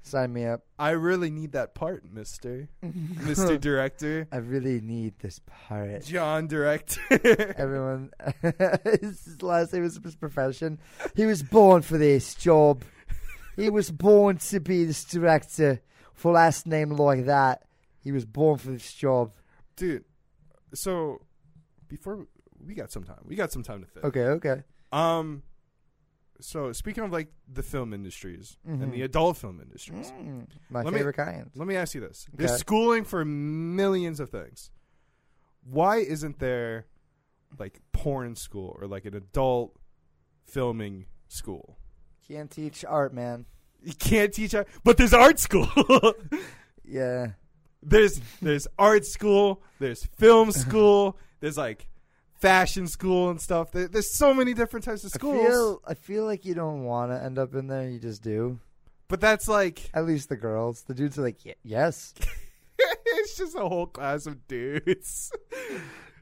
A: Sign me up.
B: I really need that part,
A: <laughs>
B: Mister, Mister Director,
A: I really need this part.
B: John Director. <laughs>
A: Everyone, <laughs> his last name is his profession. He was born for this job. He was born to be this director. For last name like that, he was born for this job.
B: dude. So before we got some time, we got some time to think.
A: Okay, okay.
B: Um. So speaking of like the film industries
A: Mhm.
B: and the adult film industries,
A: Mm, my
B: Let me-
A: favorite kind.
B: let me ask you this:
A: Okay.
B: There's schooling for millions of things. Why isn't there like porn school or like an adult filming school?
A: Can't teach art, man.
B: You can't teach art, but there's art school. <laughs>
A: Yeah.
B: there's there's art school, there's film school,
A: <laughs>
B: there's like fashion school and stuff. There, there's so many different types of schools.
A: I feel, I feel like you don't want to end up in there. You just do.
B: But that's like
A: At least the girls. The dudes are like, "Ye-
B: <laughs>
A: yes.
B: it's just a whole class of dudes. <laughs>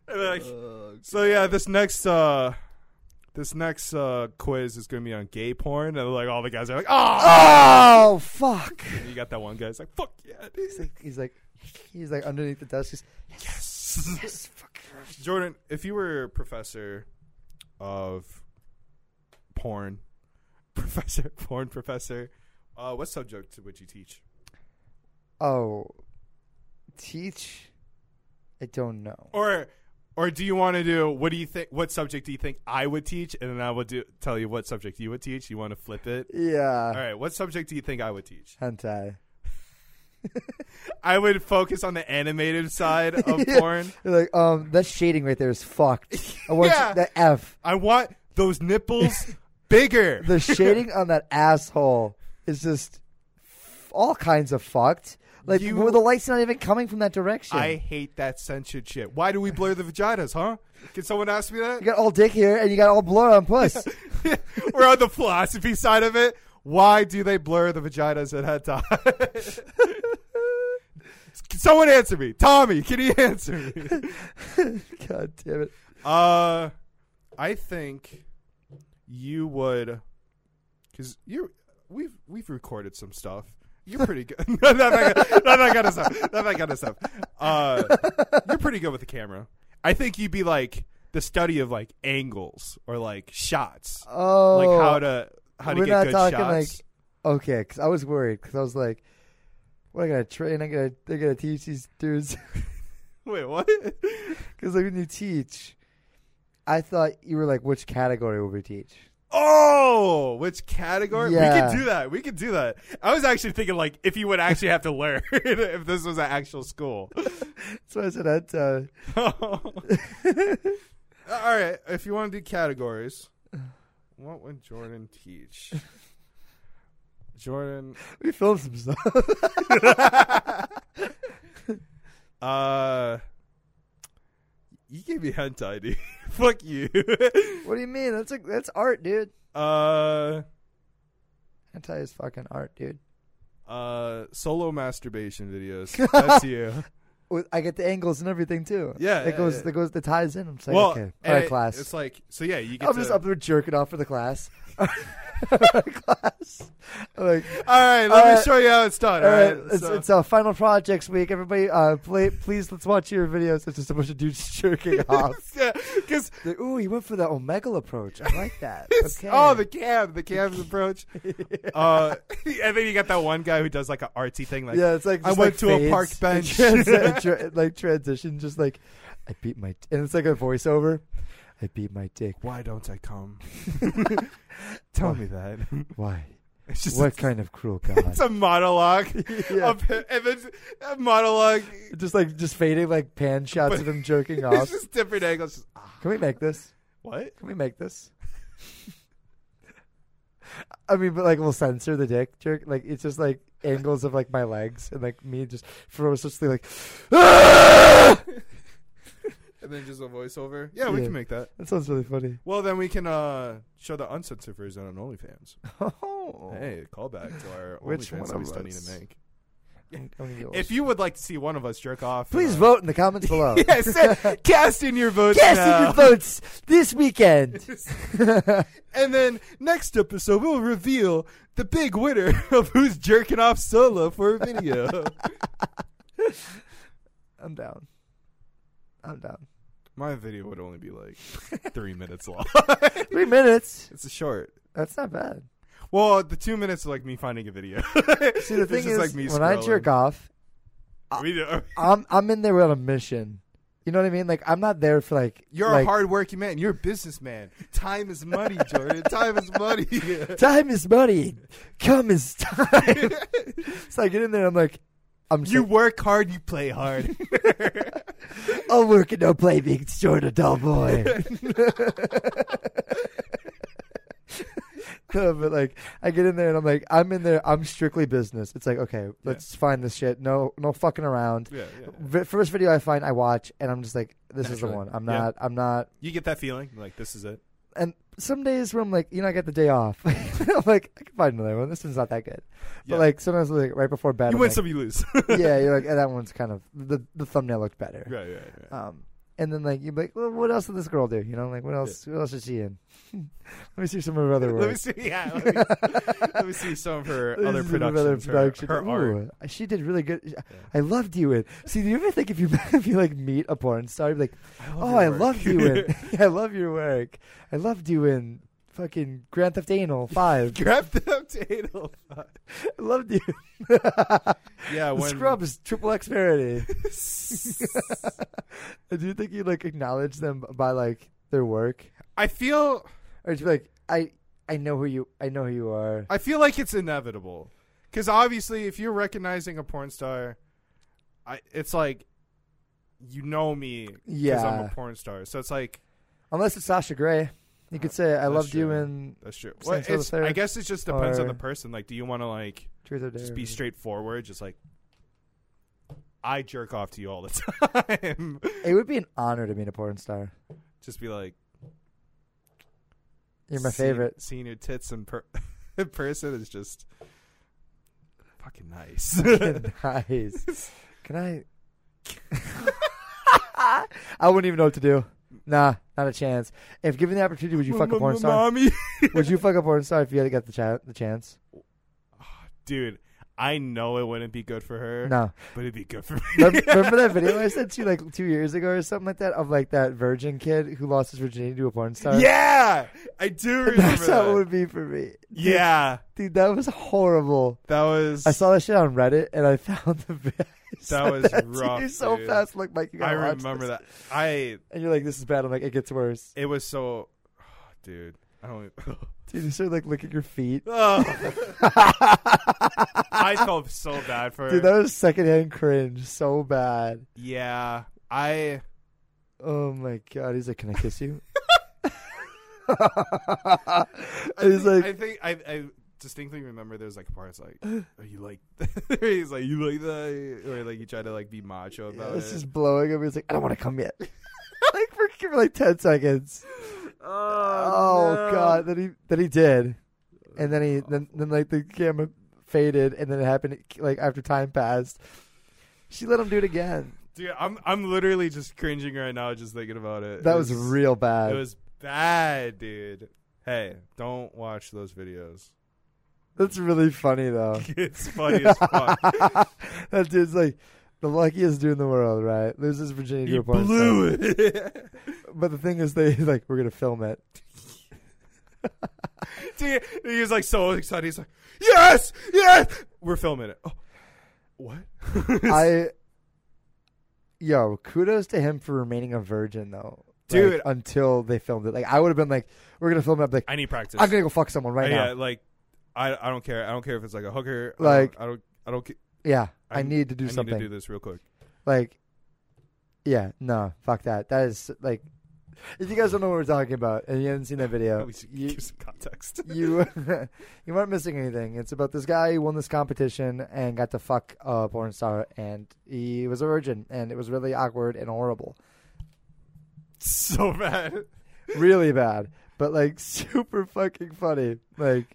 B: And, like,
A: Oh,
B: so yeah, this next uh this next uh quiz is gonna be on gay porn, and like all the guys are like, oh,
A: Oh, fuck.
B: you got that one guy's like, fuck yeah,
A: He's like, he's like, he's like underneath the desk. He's,
B: yes. <laughs>
A: yes, fuck. yes."
B: Jordan, if you were a professor of porn, <laughs> professor, porn professor, uh, what subject would you teach?
A: Oh, teach? I don't know.
B: Or, or do you want to do? What do you think? What subject do you think I would teach? And then I would do, tell you what subject you would teach. You want to flip it?
A: Yeah.
B: All right. What subject do you think I would teach?
A: Hentai.
B: I would focus on the animated side
A: <laughs>
B: of
A: Yeah.
B: porn.
A: They're like, um, that shading right there is fucked. I want
B: <laughs> Yeah.
A: you, that F.
B: I want
A: <laughs>
B: those nipples bigger. <laughs>
A: The shading on that asshole is just f- all kinds of fucked. Like,
B: You-
A: well, the light's not even coming from that direction.
B: I hate that censored shit. Why do we blur the vaginas, huh? Can someone ask me that?
A: <laughs> You got all dick here, and you got all blur on
B: <laughs>
A: puss.
B: We're on the philosophy side of it. Why do they blur the vaginas at head time? <laughs> Can someone answer me? Tommy, can you answer me?
A: God damn it!
B: uh, I think you would, because you we've we've recorded some stuff. You're pretty good. <laughs> no, not that kind- not that kind of stuff. Not that kind of stuff. Uh, you're pretty good with the camera. I think you'd be like the study of like angles or like shots,
A: Oh,
B: like how to how to
A: we're
B: get
A: not
B: good
A: talking
B: shots. <laughs>
A: like okay, because I was worried because I was like, "What I gotta train? I gotta they gotta teach these dudes."
B: Wait, what?
A: Because like when you teach, I thought you were like, "Which category will we teach?" <laughs>
B: Oh, which category? We
A: Yeah.
B: could do that. We could do that. I was actually thinking like if you would actually have to learn <laughs> if this was an actual school. <laughs>
A: So I said that. Uh, <laughs>
B: All right, if you want to do categories, what would Jordan
A: <laughs>
B: teach? Jordan,
A: we filmed some stuff. <laughs>
B: uh, you gave me hentai, <laughs> dude. Fuck you. <laughs>
A: what do you mean? That's like that's art, dude.
B: uh,
A: Hentai is fucking art, dude.
B: uh, solo masturbation videos.
A: <laughs>
B: That's you.
A: With- I get the angles and everything too.
B: Yeah,
A: that
B: yeah,
A: goes
B: yeah.
A: that goes that ties in. I'm saying,
B: well,
A: okay, all
B: and
A: right,
B: it-
A: class.
B: It's like so. Yeah, you get
A: I'm
B: to,
A: just up there jerking off for the class. <laughs> class. Like,
B: All right, let me
A: Alright.
B: show you how it's done.
A: all right,
B: alright?
A: it's,
B: So-
A: it's uh, final projects week. Everybody, uh, play, please let's watch your videos. It's just a bunch of dudes <laughs>
B: <laughs>
A: jerking off.
B: <laughs> yeah, because
A: Like, Ooh, you went for the Omega approach. I like
B: <laughs>
A: that. Okay.
B: oh, the cab, the
A: <laughs>
B: cab's approach. Uh, <laughs> and then you got that one guy who does like an artsy thing, like
A: yeah, it's like
B: I
A: just,
B: went
A: like,
B: to a
A: fades. <laughs>
B: park bench.
A: It trans- it tra- like transition, just like I beat my, and it's like a voiceover. I beat my dick.
B: Why don't
A: <laughs>
B: I come?
A: Why?
B: Tell me that. <laughs>
A: Why?
B: It's just
A: What kind of cruel god?
B: <laughs> it's a monologue
A: <laughs> Yeah.
B: of him, and then a
A: <laughs>
B: monologue.
A: just like just fading like pan shots
B: But-
A: of him jerking
B: <laughs> It's
A: off.
B: just different angles. Just, ah,
A: Can we make this? <laughs>
B: what? <laughs>
A: Can we make this? I mean, but like we'll censor the dick jerk. Like it's just like angles of like my legs and like me just ferociously like. <laughs> "Ah!"
B: And then just a voiceover. Yeah, we
A: Yeah.
B: can make that.
A: That sounds really funny.
B: Well, then we can uh, show the uncensored version on OnlyFans.
A: Oh.
B: Hey, callback to our
A: <laughs> Which
B: OnlyFans
A: one
B: that we
A: of
B: still need to
A: us?
B: make.
A: I'm gonna get
B: If
A: lost.
B: you would like to see one of us jerk off,
A: please
B: uh,
A: vote in the comments below.
B: <laughs> Yes,
A: <laughs>
B: uh, cast in your votes.
A: Cast in
B: now.
A: your votes this weekend.
B: <laughs> and then next episode we'll reveal the big winner <laughs> of who's jerking off solo for
A: <laughs>
B: a video.
A: I'm down. I'm down.
B: My video would only
A: <laughs>
B: be like three minutes long. <laughs>
A: Three minutes.
B: it's a short.
A: That's not bad.
B: Well, the two minutes are like me finding a video. <laughs>
A: See, the
B: It's
A: thing
B: just
A: is,
B: like me
A: when I
B: scrolling.
A: jerk off,
B: We do-
A: I'm I'm in there on a mission. You know what I mean? Like I'm not there for like
B: you're
A: like,
B: a hardworking man. You're a businessman. Time is money, Jordan. Time is money.
A: <laughs> Time is money. Come is
B: <laughs>
A: time. so I get in there. I'm like, I'm
B: you
A: you.
B: work hard. You play <laughs> hard.
A: I'll work and no play being short a dull
B: <laughs>
A: boy. no, but like I get in there and I'm like, I'm in there. I'm strictly business. It's like, okay, let's find this shit. No, no fucking around.
B: yeah, yeah.
A: V- First video I find, I watch, and I'm just like, this is the
B: Naturally.
A: one. I'm
B: Yeah.
A: not. I'm not.
B: You get that feeling like this is it.
A: and some days where I'm like, you know, I got the day off. <laughs> I'm like, I can find another one. This one's not that good.
B: Yeah.
A: But like sometimes like right before bed,
B: You
A: I'm
B: win
A: like,
B: some, you
A: <laughs>
B: lose.
A: yeah, you're like eh, that one's kind of the the thumbnail looked better.
B: Right, right, right.
A: Um, and then like you're like, well, what else did this girl do? You know, like what else? What else is she in? <laughs> Let me see some of her other work.
B: <laughs> Let me see. Yeah, let me,
A: <laughs>
B: let me see some of her
A: Let me
B: other
A: see some of her
B: productions.
A: other
B: her-
A: productions.
B: Her, art.
A: Ooh, She did really good. I loved you in. See, do you ever think if you <laughs> if you like meet a porn star, you're like, oh,
B: your
A: I
B: work."
A: loved you
B: <laughs>
A: in. <laughs> I love your work. I loved you in fucking Grand Theft Anal Five.
B: Grab the
A: <laughs>
B: potato.
A: I loved
B: <laughs>
A: you.
B: Yeah,
A: The
B: when
A: scrub is triple X parody. <laughs> Do you think you like acknowledge them by like their work,
B: <laughs> I feel,
A: or do you like I I know who you I know who you are?
B: I feel like it's inevitable because obviously, if you're recognizing a porn star, I it's like you know me because I'm
A: Yeah.
B: a porn star. So it's like
A: Unless it's Sasha Grey, you could say I
B: That's
A: loved you
B: true.
A: in
B: that's true.
A: Since
B: Well,
A: I was
B: it's,
A: there,
B: I guess it just depends on
A: or-
B: the person. Like, do you want to like
A: Truth or Dare.
B: just be straightforward? Just like. I jerk off to you all the time.
A: It would be an honor to meet a porn star.
B: just be like,
A: You're my
B: seeing- <laughs>
A: favorite. <laughs>
B: Seeing your tits in, per- in person is just fucking nice.
A: nice. Can
B: <laughs>
A: I? <laughs> I wouldn't even know what to do. Nah, not a chance. If given the opportunity, would you fuck a porn star?
B: Mommy.
A: Would you fuck a porn star if you had got the cha- the chance?
B: Dude, I know it wouldn't be good for her,
A: No.
B: but it'd be good for me. <laughs>
A: Remember, remember that video I sent you like two years ago or something like that of like that virgin kid who lost his virginity to a porn star?
B: yeah, I do
A: <laughs>
B: remember
A: That's how
B: that.
A: it would be for me.
B: yeah,
A: Dude, that was horrible.
B: that was.
A: I saw that shit on Reddit and I <laughs> found the video. I sent
B: was
A: to
B: rough,
A: you so
B: dude.
A: fast. Look, Mike, you
B: I
A: gotta watch
B: remember
A: this.
B: that. I.
A: And you're like, this is bad. I'm like, it gets worse.
B: It was so, <sighs> dude. I don't.
A: Dude, you started like licking your feet.
B: Oh. <laughs> I felt so bad for her.
A: Dude, that was secondhand cringe. So bad.
B: yeah, I.
A: Oh my god. He's like, can I kiss
B: <laughs>
A: you? <laughs> he's like,
B: I think I, I distinctly remember there's like parts like are you like <laughs> he's like you like that or like you try to like be macho
A: Yeah,
B: about
A: it's
B: it.
A: just blowing him. He's like, I don't want to come yet. <laughs> like for, for <laughs> like ten seconds. Oh, god. Then he then he did, and then
B: Oh.
A: he then then like the camera faded, and then it happened like after time passed. She let him do it again.
B: dude, I'm I'm literally just cringing right now just thinking about it.
A: That
B: It
A: was real
B: It
A: bad.
B: was bad, dude. Hey, don't watch those videos. <laughs>
A: That's really funny though.
B: It's <laughs> funny as fuck.
A: <laughs> that dude's like the luckiest dude in the world, right? Loses Virginia to
B: He
A: a porn star.
B: blew it.
A: But the thing is, they <laughs> he's like we're gonna film
B: <laughs>
A: it.
B: Dude, he was like so excited. He's like, "Yes, yes, we're filming it." Oh, what? <laughs>
A: I, yo, kudos to him for remaining a virgin though, Like,
B: Dude.
A: until they filmed it, like I would have been like, we're gonna film it. I'd be Like
B: I need practice.
A: I'm gonna go fuck someone right
B: yeah,
A: now.
B: like I, I don't care. I don't care if it's like a hooker. I
A: Like-
B: don't- I don't, I don't. ca-
A: Yeah, I,
B: I-
A: need to do
B: I
A: something.
B: need to do this real quick.
A: Like, yeah, no, fuck that. That is like, if you guys don't know what we're talking about and you haven't seen that
B: At
A: video,
B: least
A: you,
B: give some context. <laughs>
A: you <laughs> you aren't missing anything. It's about this guy who won this competition and got to fuck a porn star, and he was a virgin, and it was really awkward and horrible,
B: so bad.
A: really bad, but like <laughs> super fucking funny. Like,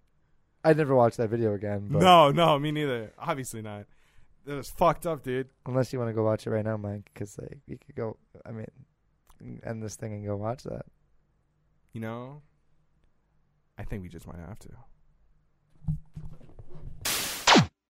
A: I never watched that video again. But
B: <laughs> No, no, me neither. Obviously not. That was fucked up, dude.
A: unless you want to go watch it right now, Mike, because like you could go. I mean, end this thing and go watch that.
B: You know, I think we just might have to.